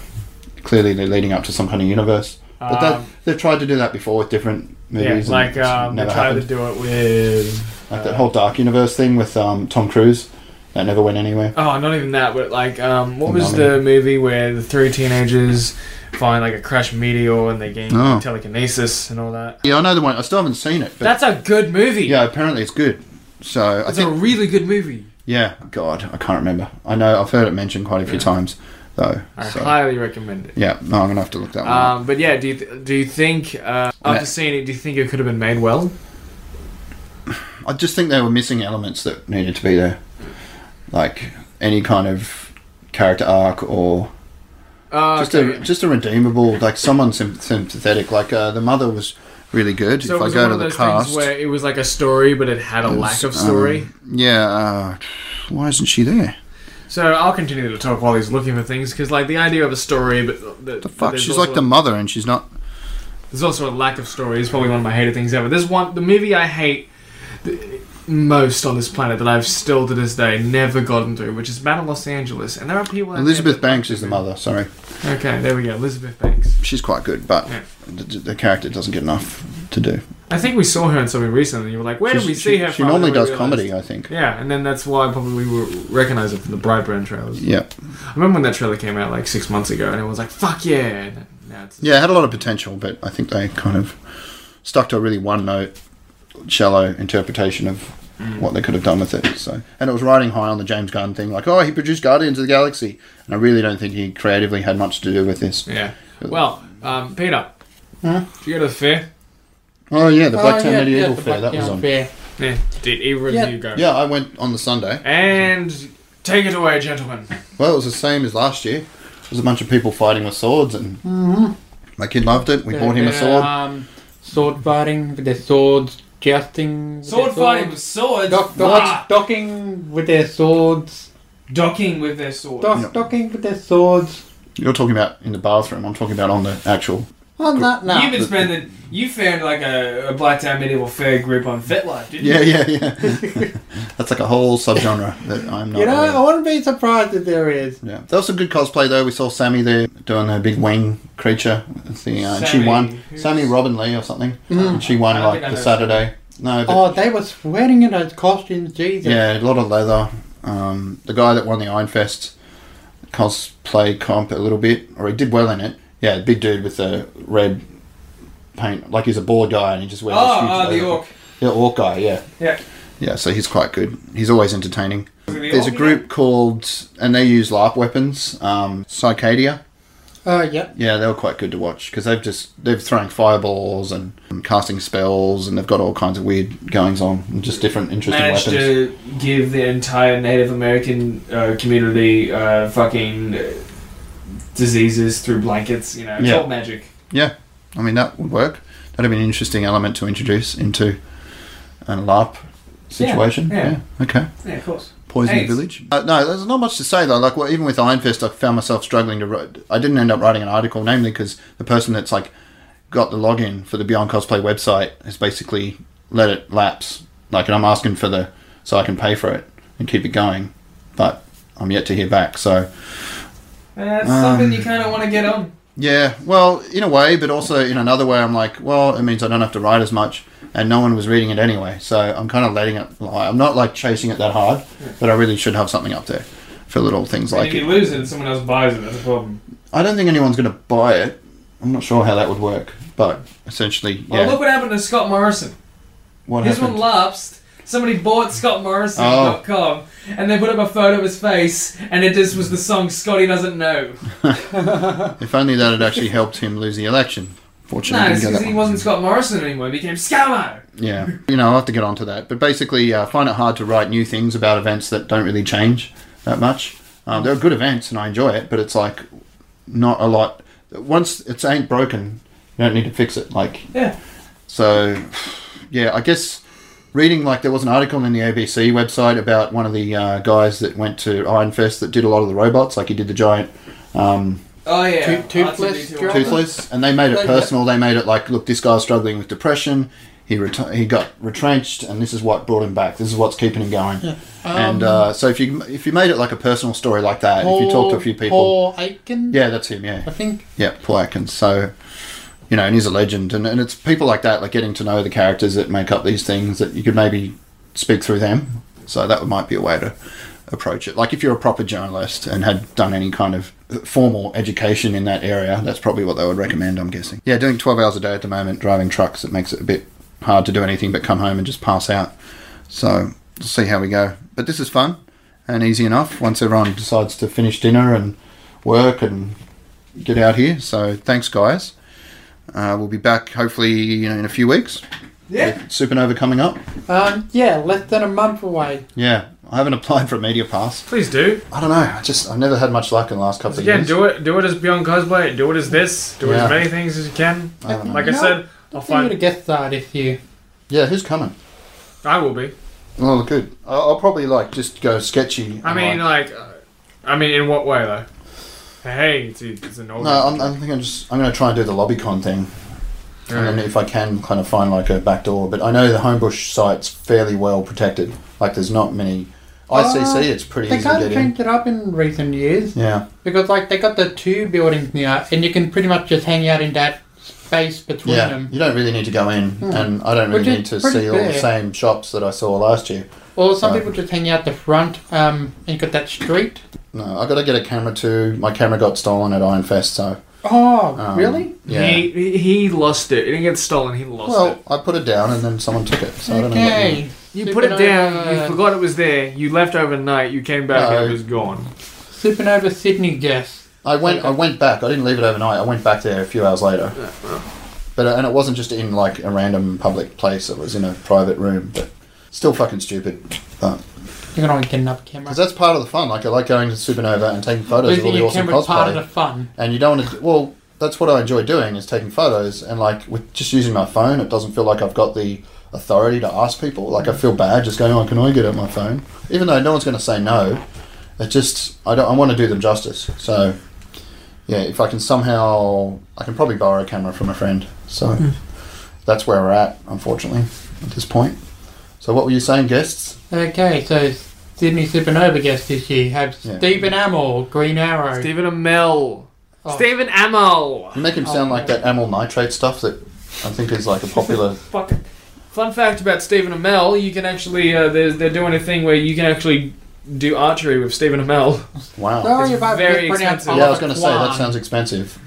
S2: clearly they're leading up to some kind of universe. But that,
S1: Um,
S2: they've tried to do that before with different movies.
S1: yeah,
S2: and
S1: like
S2: it's
S1: um, they
S2: never
S1: tried to
S2: happened.
S1: do it with.
S2: like that
S1: uh,
S2: whole Dark Universe thing with um, Tom Cruise that never went anywhere.
S1: Oh, not even that, but like, um, what
S2: The
S1: was
S2: Mummy.
S1: the movie where the three teenagers find like a crashed meteor and they gain
S2: Oh.
S1: telekinesis and all that?
S2: Yeah, I know the one. I still haven't seen it. But
S1: That's a good movie.
S2: yeah, apparently it's good. So I
S1: it's
S2: think
S1: a really good movie.
S2: Yeah, God, I can't remember. I know I've heard it mentioned quite a few
S1: Yeah.
S2: times, though.
S1: I
S2: so-
S1: highly recommend it.
S2: yeah, no, I'm gonna have to look that one. up.
S1: Um, but yeah, do you th- do you think uh,
S2: Ma-
S1: after seeing it, do you think it could have been made well? Um,
S2: I just think there were missing elements that needed to be there, like any kind of character arc or
S1: Uh,
S2: just a just a redeemable, like someone sym- sympathetic. Like uh, the mother was really good.
S1: so
S2: if
S1: it was
S2: I
S1: one
S2: go to
S1: of
S2: the
S1: those
S2: cast,
S1: things where it was like a story, but it had a
S2: it
S1: lack
S2: was,
S1: of story.
S2: um, yeah, uh, why isn't she there?
S1: So I'll continue to talk while he's looking for things because, like, the idea of a story, but the,
S2: The fuck, she's like the mother, and she's not.
S1: There's also a lack of story. It's probably one of my hated things ever. There's one the movie I hate the most on this planet that I've still to this day never gotten through, which is Battle of Los Angeles, and there are people. out
S2: Elizabeth
S1: there
S2: Banks is the mother. Sorry,
S1: that- Okay, there we go. Elizabeth Banks.
S2: she's quite good, but
S1: Yeah.
S2: the, the character doesn't get enough to do.
S1: I think we saw her in something recently. and You were like, where did
S2: She's-
S1: we see
S2: she,
S1: her?
S2: She
S1: from?
S2: normally
S1: And then
S2: does
S1: we realized-
S2: comedy, I think.
S1: Yeah, and then that's why I probably will recognize it from the Brightburn trailers.
S2: Yeah,
S1: I remember when that trailer came out like six months ago, and everyone was like, "Fuck yeah!" And now it's
S2: yeah, it had a lot of potential, but I think they kind of stuck to a really one-note, shallow interpretation of
S1: Mm.
S2: what they could have done with it. So, and it was riding high on the James Gunn thing, like, oh, he produced Guardians of the Galaxy, and I really don't think he creatively had much to do with this.
S1: yeah. Well, um, Peter,
S3: Huh?
S1: did you go to the fair?
S2: Oh yeah, the Blacktown
S3: Oh, yeah,
S2: Medieval
S3: yeah, the
S2: Fair that was
S3: Blacktown
S2: on.
S3: Fair.
S1: Yeah. Did either of
S3: Yeah.
S1: you go?
S2: Yeah, I went on the Sunday.
S1: And take it away, gentlemen.
S2: Well, it was the same as last year. There's a bunch of people fighting with swords, and my kid loved it. We bought him a
S3: They're,
S2: sword.
S3: Um, sword fighting with their swords, jousting. With
S4: Sword
S3: their swords,
S4: fighting with swords.
S3: Dock, dock,
S4: Ah,
S3: Docking with their swords.
S4: docking with their swords.
S3: Dock,
S2: Yep.
S3: Docking with their swords.
S2: You're talking about in the bathroom. I'm talking about on the actual.
S3: On that
S4: You've
S3: now.
S4: been spending. You found like a, a Blacktown medieval fair grip on FetLife, didn't
S2: Yeah,
S4: you?
S2: yeah, yeah. That's like a whole subgenre that I'm not.
S3: You know,
S2: aware of.
S3: I wouldn't be surprised if there is.
S2: Yeah, that was some good cosplay though. We saw Sammy there doing her big wing creature. thing, uh, and she
S4: Sammy,
S2: won.
S4: who's-
S2: Sammy Robin Lee or something.
S3: Mm.
S2: And she won
S4: I don't
S2: like
S4: think I
S2: the
S4: know.
S2: Saturday. No, but
S3: Oh, they were sweating in those costumes, Jesus.
S2: yeah, a lot of leather. Um, the guy that won the Iron Fest cosplay comp a little bit, or he did well in it. Yeah, big dude with the red paint, like he's a bald guy and he just wears. this
S4: Oh,
S2: huge
S4: ah, the
S2: leather-
S4: orc.
S2: The orc guy, yeah.
S4: Yeah.
S2: Yeah, so he's quite good. He's always entertaining.
S4: Was it the
S2: There's a
S4: orc
S2: group called, and they use LARP weapons, um, Cycadia.
S3: Oh, yeah.
S2: Yeah, they were quite good to watch because they've just they've thrown fireballs and, and casting spells, and they've got all kinds of weird goings on, and just different interesting
S4: managed
S2: weapons.
S4: to give the entire Native American uh, community uh, fucking uh, diseases through blankets. You know, it's
S2: Yeah.
S4: all magic.
S2: Yeah, I mean that would work. That'd be an interesting element to introduce into a LARP situation.
S4: Yeah, yeah.
S2: okay.
S4: Yeah, of course.
S2: Poisoning
S4: Hey,
S2: village. Uh, no, there's not much to say though. Like well, even with Ironfest, I found myself struggling to. Write, I didn't end up writing an article, namely because the person that's like got the login for the Beyond Cosplay website has basically let it lapse. Like, and I'm asking for the so I can pay for it and keep it going, but I'm yet to hear back. So
S4: That's Uh, something you kind of want to get on.
S2: yeah, well, in a way, but also in another way, I'm like, well, it means I don't have to write as much, and no one was reading it anyway, so I'm kind of letting it lie. I'm not like chasing it that hard, but I really should have something up there for little things
S4: And
S2: like
S4: if you
S2: it.
S4: lose it, someone else buys it. That's a problem.
S2: I don't think anyone's going to buy it. I'm not sure how that would work, but essentially,
S4: Well,
S2: Oh, yeah.
S4: Oh, look what happened to Scott Morrison.
S2: What
S4: His one
S2: happened?
S4: lapsed. Somebody bought scottmorrison.com and they put up a photo of his face and it just was the song Scotty Doesn't Know.
S2: If only that had actually helped him lose the election. Fortunately,
S4: No,
S2: didn't
S4: it's
S2: go
S4: because
S2: that
S4: he
S2: way.
S4: wasn't Scott Morrison anymore. He became Scamo.
S2: Yeah, you know, I'll have to get onto that. But basically, uh, I find it hard to write new things about events that don't really change that much. Um, they're good events and I enjoy it, but it's like not a lot. Once it's ain't broken, you don't need to fix it. Like,
S4: Yeah.
S2: so yeah, I guess reading like there was an article in the ABC website about one of the uh, guys that went to Ironfest that did a lot of the robots. Like he did the giant um,
S4: Oh yeah.
S3: Tooth- toothless
S4: Lots of
S3: drama.
S4: detail.
S2: toothless, and they made
S3: They-
S2: it personal. They made it like, look, this guy's struggling with depression. He reti- he got retrenched, and this is what brought him back. This is what's keeping him going. and
S3: Um,
S2: uh, so if you if you made it like a personal story like that, if you talk to a few people,
S3: Paul Aiken?
S2: yeah, that's him. Yeah,
S3: I think.
S2: yeah, Paul Atkins. So, you know, and he's a legend. And, and it's people like that, like getting to know the characters that make up these things that you could maybe speak through them. So that might be a way to approach it. Like if you're a proper journalist and had done any kind of formal education in that area, that's probably what they would recommend, I'm guessing. Yeah, doing 12 hours a day at the moment, driving trucks, it makes it a bit hard to do anything but come home and just pass out. So we'll see how we go. But this is fun and easy enough once everyone decides to finish dinner and work and get out here. So thanks, guys. Uh, we'll be back hopefully you know in a few weeks.
S4: Yeah.
S2: Supernova coming up.
S3: Um, yeah, less than a month away.
S2: Yeah, I haven't applied for a media pass.
S1: Please do.
S2: I don't know. I just I've never had much luck in the last couple of
S1: Again,
S2: years.
S1: do it. Do it as Beyond Cosplay. Do it as this. Do it
S2: Yeah.
S1: as many things as you can.
S2: I don't know.
S1: Like I
S3: No.
S1: said, I'll
S3: I think you're a
S1: find.
S3: guest star this year.
S2: yeah, who's coming?
S1: I will be.
S2: Oh, good. I'll, I'll probably like just go sketchy.
S1: I
S2: and,
S1: mean,
S2: like-
S1: like, uh, I mean, in what way though? Hey, it's, it's an old.
S2: no, I'm, I think I'm just I'm going to try and do the lobbycon thing, and then if I can, kind of find like a back door. But I know the Homebush site's fairly well protected. Like there's not many.
S1: Oh,
S2: ICC, it's pretty
S3: They
S2: easy to
S3: kind of
S2: get in.
S3: changed it up in recent years
S2: Yeah,
S3: because, like, they got the two buildings now, and you can pretty much just hang out in that space between
S2: yeah.
S3: them.
S2: You don't really need to go in, and I don't really
S3: Hmm. Which is
S2: need to
S3: pretty
S2: see all the
S3: fair.
S2: same shops that I saw last year.
S3: Or some
S2: Right.
S3: people just hang out the front, um, and you got that street.
S2: No, I got to get a camera too. My camera got stolen at Ironfest, so
S3: Oh,
S2: um,
S3: really?
S2: Yeah.
S1: He, he he lost it. It didn't get stolen. He lost
S2: well,
S1: it.
S2: I put it down, and then someone took it. So I don't know. What you-
S3: Okay.
S1: You put it down. You forgot it was there. You left overnight. You came back
S2: No.
S1: and it was gone.
S3: Supernova Sydney guest.
S2: I went. I went back. I didn't leave it overnight. I went back there a few hours later. But uh, and it wasn't just in like a random public place. It was in a private room. But still fucking stupid. But
S3: You can only get another camera.
S2: Because that's part of the fun. Like I like going to Supernova and taking photos
S3: Losing
S2: of all the
S3: your
S2: awesome
S3: camera's part of
S2: cosplay.
S3: the fun.
S2: and you don't want to. Well, that's what I enjoy doing is taking photos. And like with just using my phone, it doesn't feel like I've got the authority to ask people. Like I feel bad just going, "Oh, can I get out my phone?" Even though no one's going to say no. It just I don't. I want to do them justice. So yeah, if I can somehow, I can probably borrow a camera from a friend. So that's where we're at, unfortunately, at this point. So what were you saying, guests?
S3: Okay, so Sydney Supernova guest this year have
S2: Yeah.
S3: Stephen Amell, Green Arrow.
S1: Stephen Amell.
S3: Oh.
S1: Stephen Amell.
S2: You make him sound like that amyl nitrate stuff that I think is like a popular.
S1: Fuck. Fun fact about Stephen Amell: you can actually uh, they're, they're doing a thing where you can actually do archery with Stephen Amell.
S2: Wow.
S3: Sorry
S1: It's
S3: if I
S1: very
S3: mispronounced
S1: expensive.
S2: yeah, I was going to say that
S3: Kwan.
S2: sounds expensive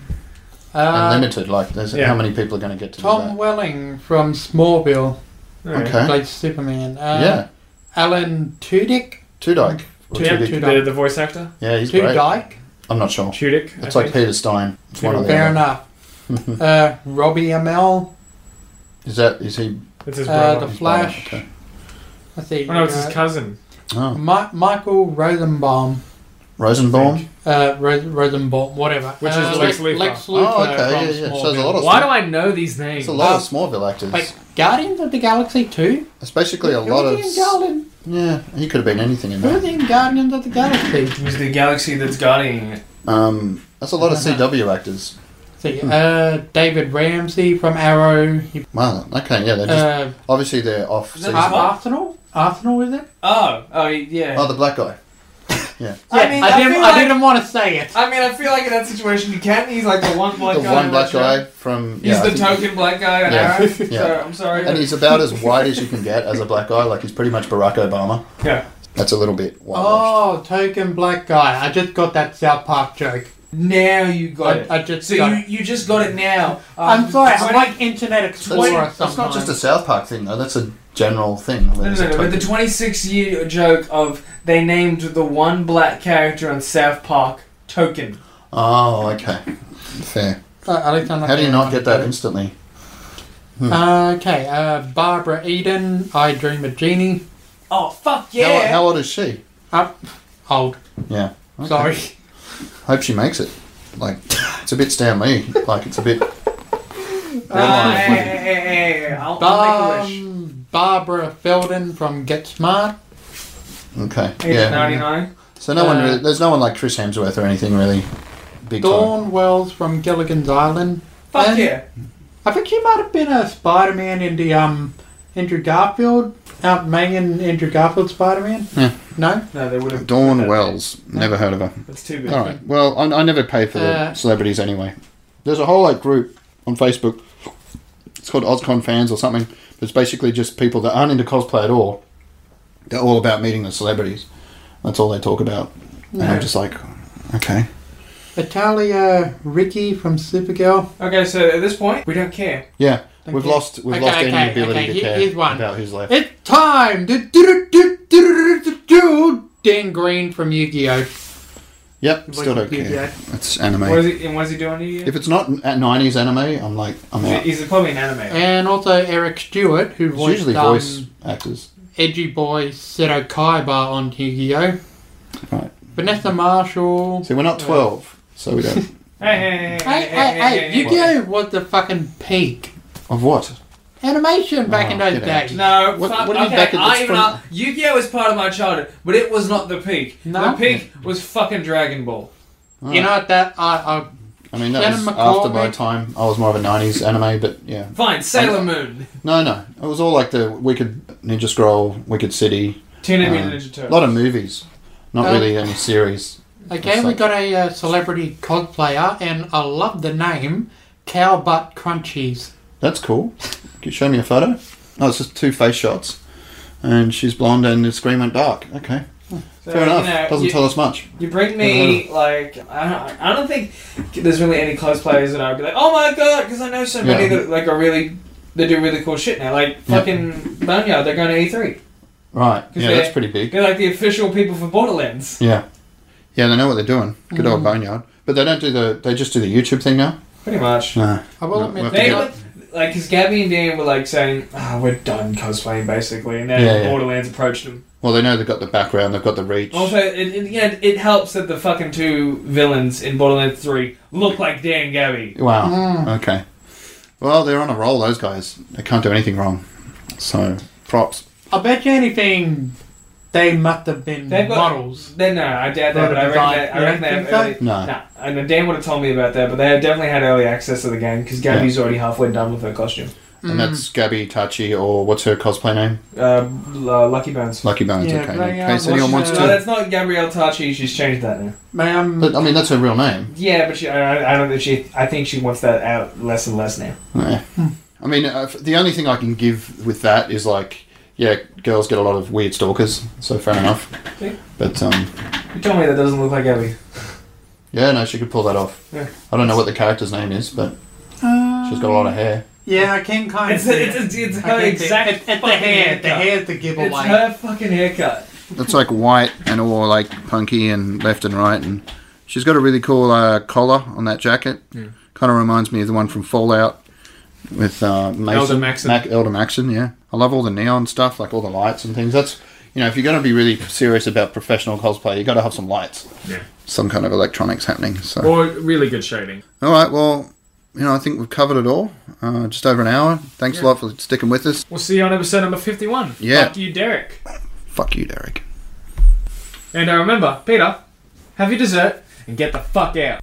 S3: Uh,
S2: and limited. Like, there's
S1: yeah.
S2: how many people are going to get to
S3: Tom Welling from Smallville
S2: do that? Okay.
S3: played Superman. Uh,
S2: yeah,
S3: Alan Tudyk.
S2: Tudyk. Or
S1: Yeah,
S2: Tudyk.
S3: Tudyk.
S1: The, the voice actor
S2: Yeah, he's great.
S3: Tudyk.
S2: I'm not sure.
S1: Tudyk.
S2: It's
S1: I
S2: like
S1: think.
S2: Peter Stein. It's one of the
S3: Fair
S2: other.
S3: enough. uh, Robbie Amell.
S2: Is that is he?
S1: That's his
S3: Uh,
S1: brother.
S3: the Flash.
S2: Okay.
S3: I see.
S1: oh no, it's his
S3: uh,
S1: cousin.
S2: Oh,
S3: Mi- Michael Rosenbaum.
S2: Rosenbaum.
S3: Uh, Ros- Rosenbaum, whatever.
S1: Which is
S3: uh,
S1: Lex Luthor.
S3: Luthor
S2: Oh, okay,
S3: from
S2: yeah, yeah. So there's a lot
S3: Smallville.
S2: of
S1: Why do I know these
S2: It's
S1: names?
S2: a lot of
S3: Uh,
S2: Smallville actors.
S3: Wait, Guardians of the Galaxy 2?
S2: it's basically a lot of.
S3: Who's in Guardian-
S2: Yeah, he could have been anything in
S3: Who's
S2: that.
S3: in Guardians of the Galaxy?
S1: It was the galaxy that's guarding it.
S2: Um, that's a lot of CW actors.
S3: See, uh, David Ramsey from Arrow. He,
S2: Wow. Okay. Yeah. They're just
S3: uh,
S2: obviously they're off
S1: Is that
S2: season.
S1: hot?
S3: Ar- Arsenal? Arsenal, is it?
S1: Oh, oh yeah.
S2: Oh, the black guy.
S3: Yeah, I,
S1: I mean, I
S3: didn't,
S1: feel
S3: I
S1: like-
S3: didn't want to say it.
S1: I mean, I feel like in that situation you can. He's like the one black
S2: the
S1: guy.
S2: one
S1: in
S2: black
S1: that show.
S2: guy from.
S1: He's
S2: yeah, I
S1: the
S2: think-
S1: token black guy in
S2: Yeah,
S1: Arrow.
S2: yeah.
S1: So I'm sorry.
S2: And he's about as white as you can get as a black guy. Like he's pretty much Barack Obama.
S1: Yeah.
S2: That's a little bit whitewashed.
S3: Oh, token black guy. I just got that South Park joke.
S1: now you got it.
S3: I, I just
S1: So
S3: got
S1: you,
S3: it. Um,
S1: you just got it now. Um,
S3: I'm sorry, I'm
S1: 20
S3: like Internet Explorer
S2: That's, that's
S3: sometimes.
S2: not just a South Park thing though. That's a general thing.
S1: No, no, no, but the 26 year joke of they named the one black character on South Park Token.
S2: oh, okay. Fair.
S3: Uh, Alexander
S2: How do you not get that instantly? Hmm.
S3: Uh, okay, uh, Barbara Eden, I Dream of Genie.
S1: Oh, fuck
S2: How-
S1: yeah!
S2: How, old is she?
S3: Up, old.
S2: Yeah. Okay.
S3: Sorry.
S2: Hope she makes it. Like, it's a bit Stan Lee. Like, it's a bit.
S1: Uh, hey,
S2: Real
S1: hey,
S2: life.
S1: hey, hey, hey, I'll, I'll make a wish.
S3: Um, Barbara Felden from Get Smart.
S2: Okay.
S1: Age
S2: Um, Yeah.
S1: 99.
S2: So no one.
S3: Uh,
S2: Really, there's no one like Chris Hemsworth or anything really. Big time.
S3: Dawn Wells from Gilligan's Island.
S1: Fuck
S3: And
S1: yeah.
S3: I think she might have been a Spider-Man in the um Andrew Garfield, out Megan Andrew Garfield Spider-Man.
S2: Yeah.
S3: No,
S1: No, they would have.
S2: Dawn Wells. Never heard of her.
S1: That's too big.
S2: All right. Well, I, I never pay for the
S3: Uh,
S2: celebrities anyway. There's a whole like group on Facebook. It's called OzCon fans or something. It's basically just people that aren't into cosplay at all. They're all about meeting the celebrities. That's all they talk about. And I'm just like, okay.
S3: Italia Ricky from Supergirl.
S1: Okay, so at this point, we don't care.
S2: Yeah,
S3: Thank
S2: we've
S3: you.
S2: lost we've
S3: Okay,
S2: lost any
S3: okay,
S2: ability
S3: okay,
S2: to
S3: here-
S2: care
S3: here's one.
S2: about who's left.
S3: It's time. to do- do- do- do- do- do- do- Dan Green from Yu-Gi-Oh.
S2: Yep, still don't
S3: Yu-Gi-Oh.
S2: care. It's
S1: What
S2: anime.
S1: is he, and what is he doing here?
S2: If it's not n- at '90s anime, I'm like, I'm out.
S1: He's probably an anime.
S3: And also Eric Stewart, who
S2: It's
S3: voiced
S2: usually
S3: um,
S2: voice actors.
S3: edgy boy Seto Kaiba on Yu-Gi-Oh.
S2: Right.
S3: Vanessa Marshall.
S2: See, we're not 12, so we don't.
S1: Hey, hey, hey,
S3: Hey, hey, hey,
S1: hey,
S3: Yu-Gi-Oh was the fucking peak.
S2: of what?
S3: Animation back
S2: Oh,
S3: in those
S2: get out.
S3: days.
S1: No,
S2: What-
S1: fuck,
S2: what do you mean
S1: okay,
S2: back in- it's
S1: I even
S2: from-
S1: up- Yu-Gi-Oh was part of my childhood, but it was not the peak.
S3: No?
S1: The peak was fucking Dragon Ball.
S3: You know what that I,
S2: I mean, that
S3: Shannon
S2: was after my
S3: McCormick.
S2: time. I was more of a '90s anime, but yeah,
S1: Fine, Sailor Moon,
S2: no, no, it was all like the Wicked Ninja Scroll, Wicked City,
S1: Teenage Mutant
S2: Um,
S1: Ninja
S2: a
S1: Turtles.
S2: lot of movies, not
S1: Oh.
S3: Um,
S2: really any series.
S3: I okay, we got a uh, celebrity cosplayer, and I love the name Cow Butt Crunchies.
S2: That's cool. Can you show me a photo? Oh, it's just two face shots, and she's blonde, and the screen went dark. Okay,
S1: So,
S2: fair enough.
S1: you know,
S2: Doesn't
S1: you-
S2: tell us much.
S1: You bring me like I don't, I don't think there's really any cosplayers that I'd be like, oh my god, because I know so many
S2: Yeah.
S1: that like are really they do really cool shit now. Like
S2: Yeah.
S1: fucking Boneyard, they're going to E E3.
S2: Right? Yeah,
S1: they-
S2: that's pretty big.
S1: They're like the official people for Borderlands.
S2: Yeah, yeah, they know what they're doing. Good
S1: Mm.
S2: old Boneyard, but they don't do the. They just do the YouTube thing now.
S1: Pretty much.
S2: No.
S3: I will
S2: No, we'll
S3: admit
S2: have to
S1: They
S2: get-
S1: like like because Gabby and Dan were like saying, ah, we're done cosplaying basically, and then
S2: Yeah, yeah.
S1: Borderlands approached them.
S2: Well, they know they've got the background, they've got the reach.
S1: Also, in, in the end, it helps that the fucking two villains in Borderlands 3 look like Dan Gabby.
S2: Wow. Okay. Well, they're on a roll. Those guys. They can't do anything wrong. So props.
S3: I bet you anything, they must have been
S1: They've got-
S3: models.
S1: They, no, I doubt that,
S3: Right,
S1: but I reckon,
S3: design.
S1: they, I
S3: You
S1: reckon they
S3: don't
S1: have
S3: think
S1: early...
S2: so? No.
S1: Nah, I know Dan would have told me about that, but they have definitely had early access to the game because Gabby's already halfway done with her costume.
S2: And that's Gabby Tachi or what's her cosplay name?
S1: Uh, L- uh, Lucky Bones.
S2: Lucky Bones.
S3: Yeah,
S2: okay.
S3: bloody
S2: In
S3: hell,
S2: case anyone wants
S3: what's
S1: No,
S3: her-
S2: to.
S1: that's not Gabrielle Tachi. She's changed that now.
S3: Ma'am,
S2: But, I mean, that's her real name.
S1: Yeah, but she, I, I don't think she. I think she wants that out less and less now.
S2: Yeah. I mean, uh, f- the only thing I can give with that is like, yeah, girls get a lot of weird stalkers. So fair enough.
S1: Yeah.
S2: But um,
S1: You told me that doesn't look like Gabby.
S2: yeah, no, she could pull that off.
S1: Yeah.
S2: I don't know what the character's name is, but
S3: uh,
S2: she's got a lot of hair.
S3: Yeah, I can kind of.
S1: It's,
S3: see it.
S1: it's, it's, it's
S3: I
S1: her
S3: can see it.
S1: exact
S3: It's, it's the
S1: fucking
S3: hair. The
S1: haircut.
S3: hair's the giveaway.
S1: It's her fucking haircut.
S2: That's like white and all like punky and left and right, and she's got a really cool uh, collar on that jacket. Kind of reminds me of the one from Fallout with uh, Mason,
S5: Elder Maxon.
S2: Mac- Elder Maxon, yeah. I love all the neon stuff, like all the lights and things. That's you know, if you're going to be really serious about professional cosplay, you got to have some lights,
S5: Yeah.
S2: some kind of electronics happening. So
S5: Or really good shading.
S2: all right, well, you know, I think we've covered it all. Uh, just over an hour. Thanks a lot for sticking with us.
S5: We'll see you on episode number 51.
S2: Yeah.
S5: Fuck you, Derek.
S2: Fuck you, Derek.
S5: And uh, remember, Peter, have your dessert and get the fuck out.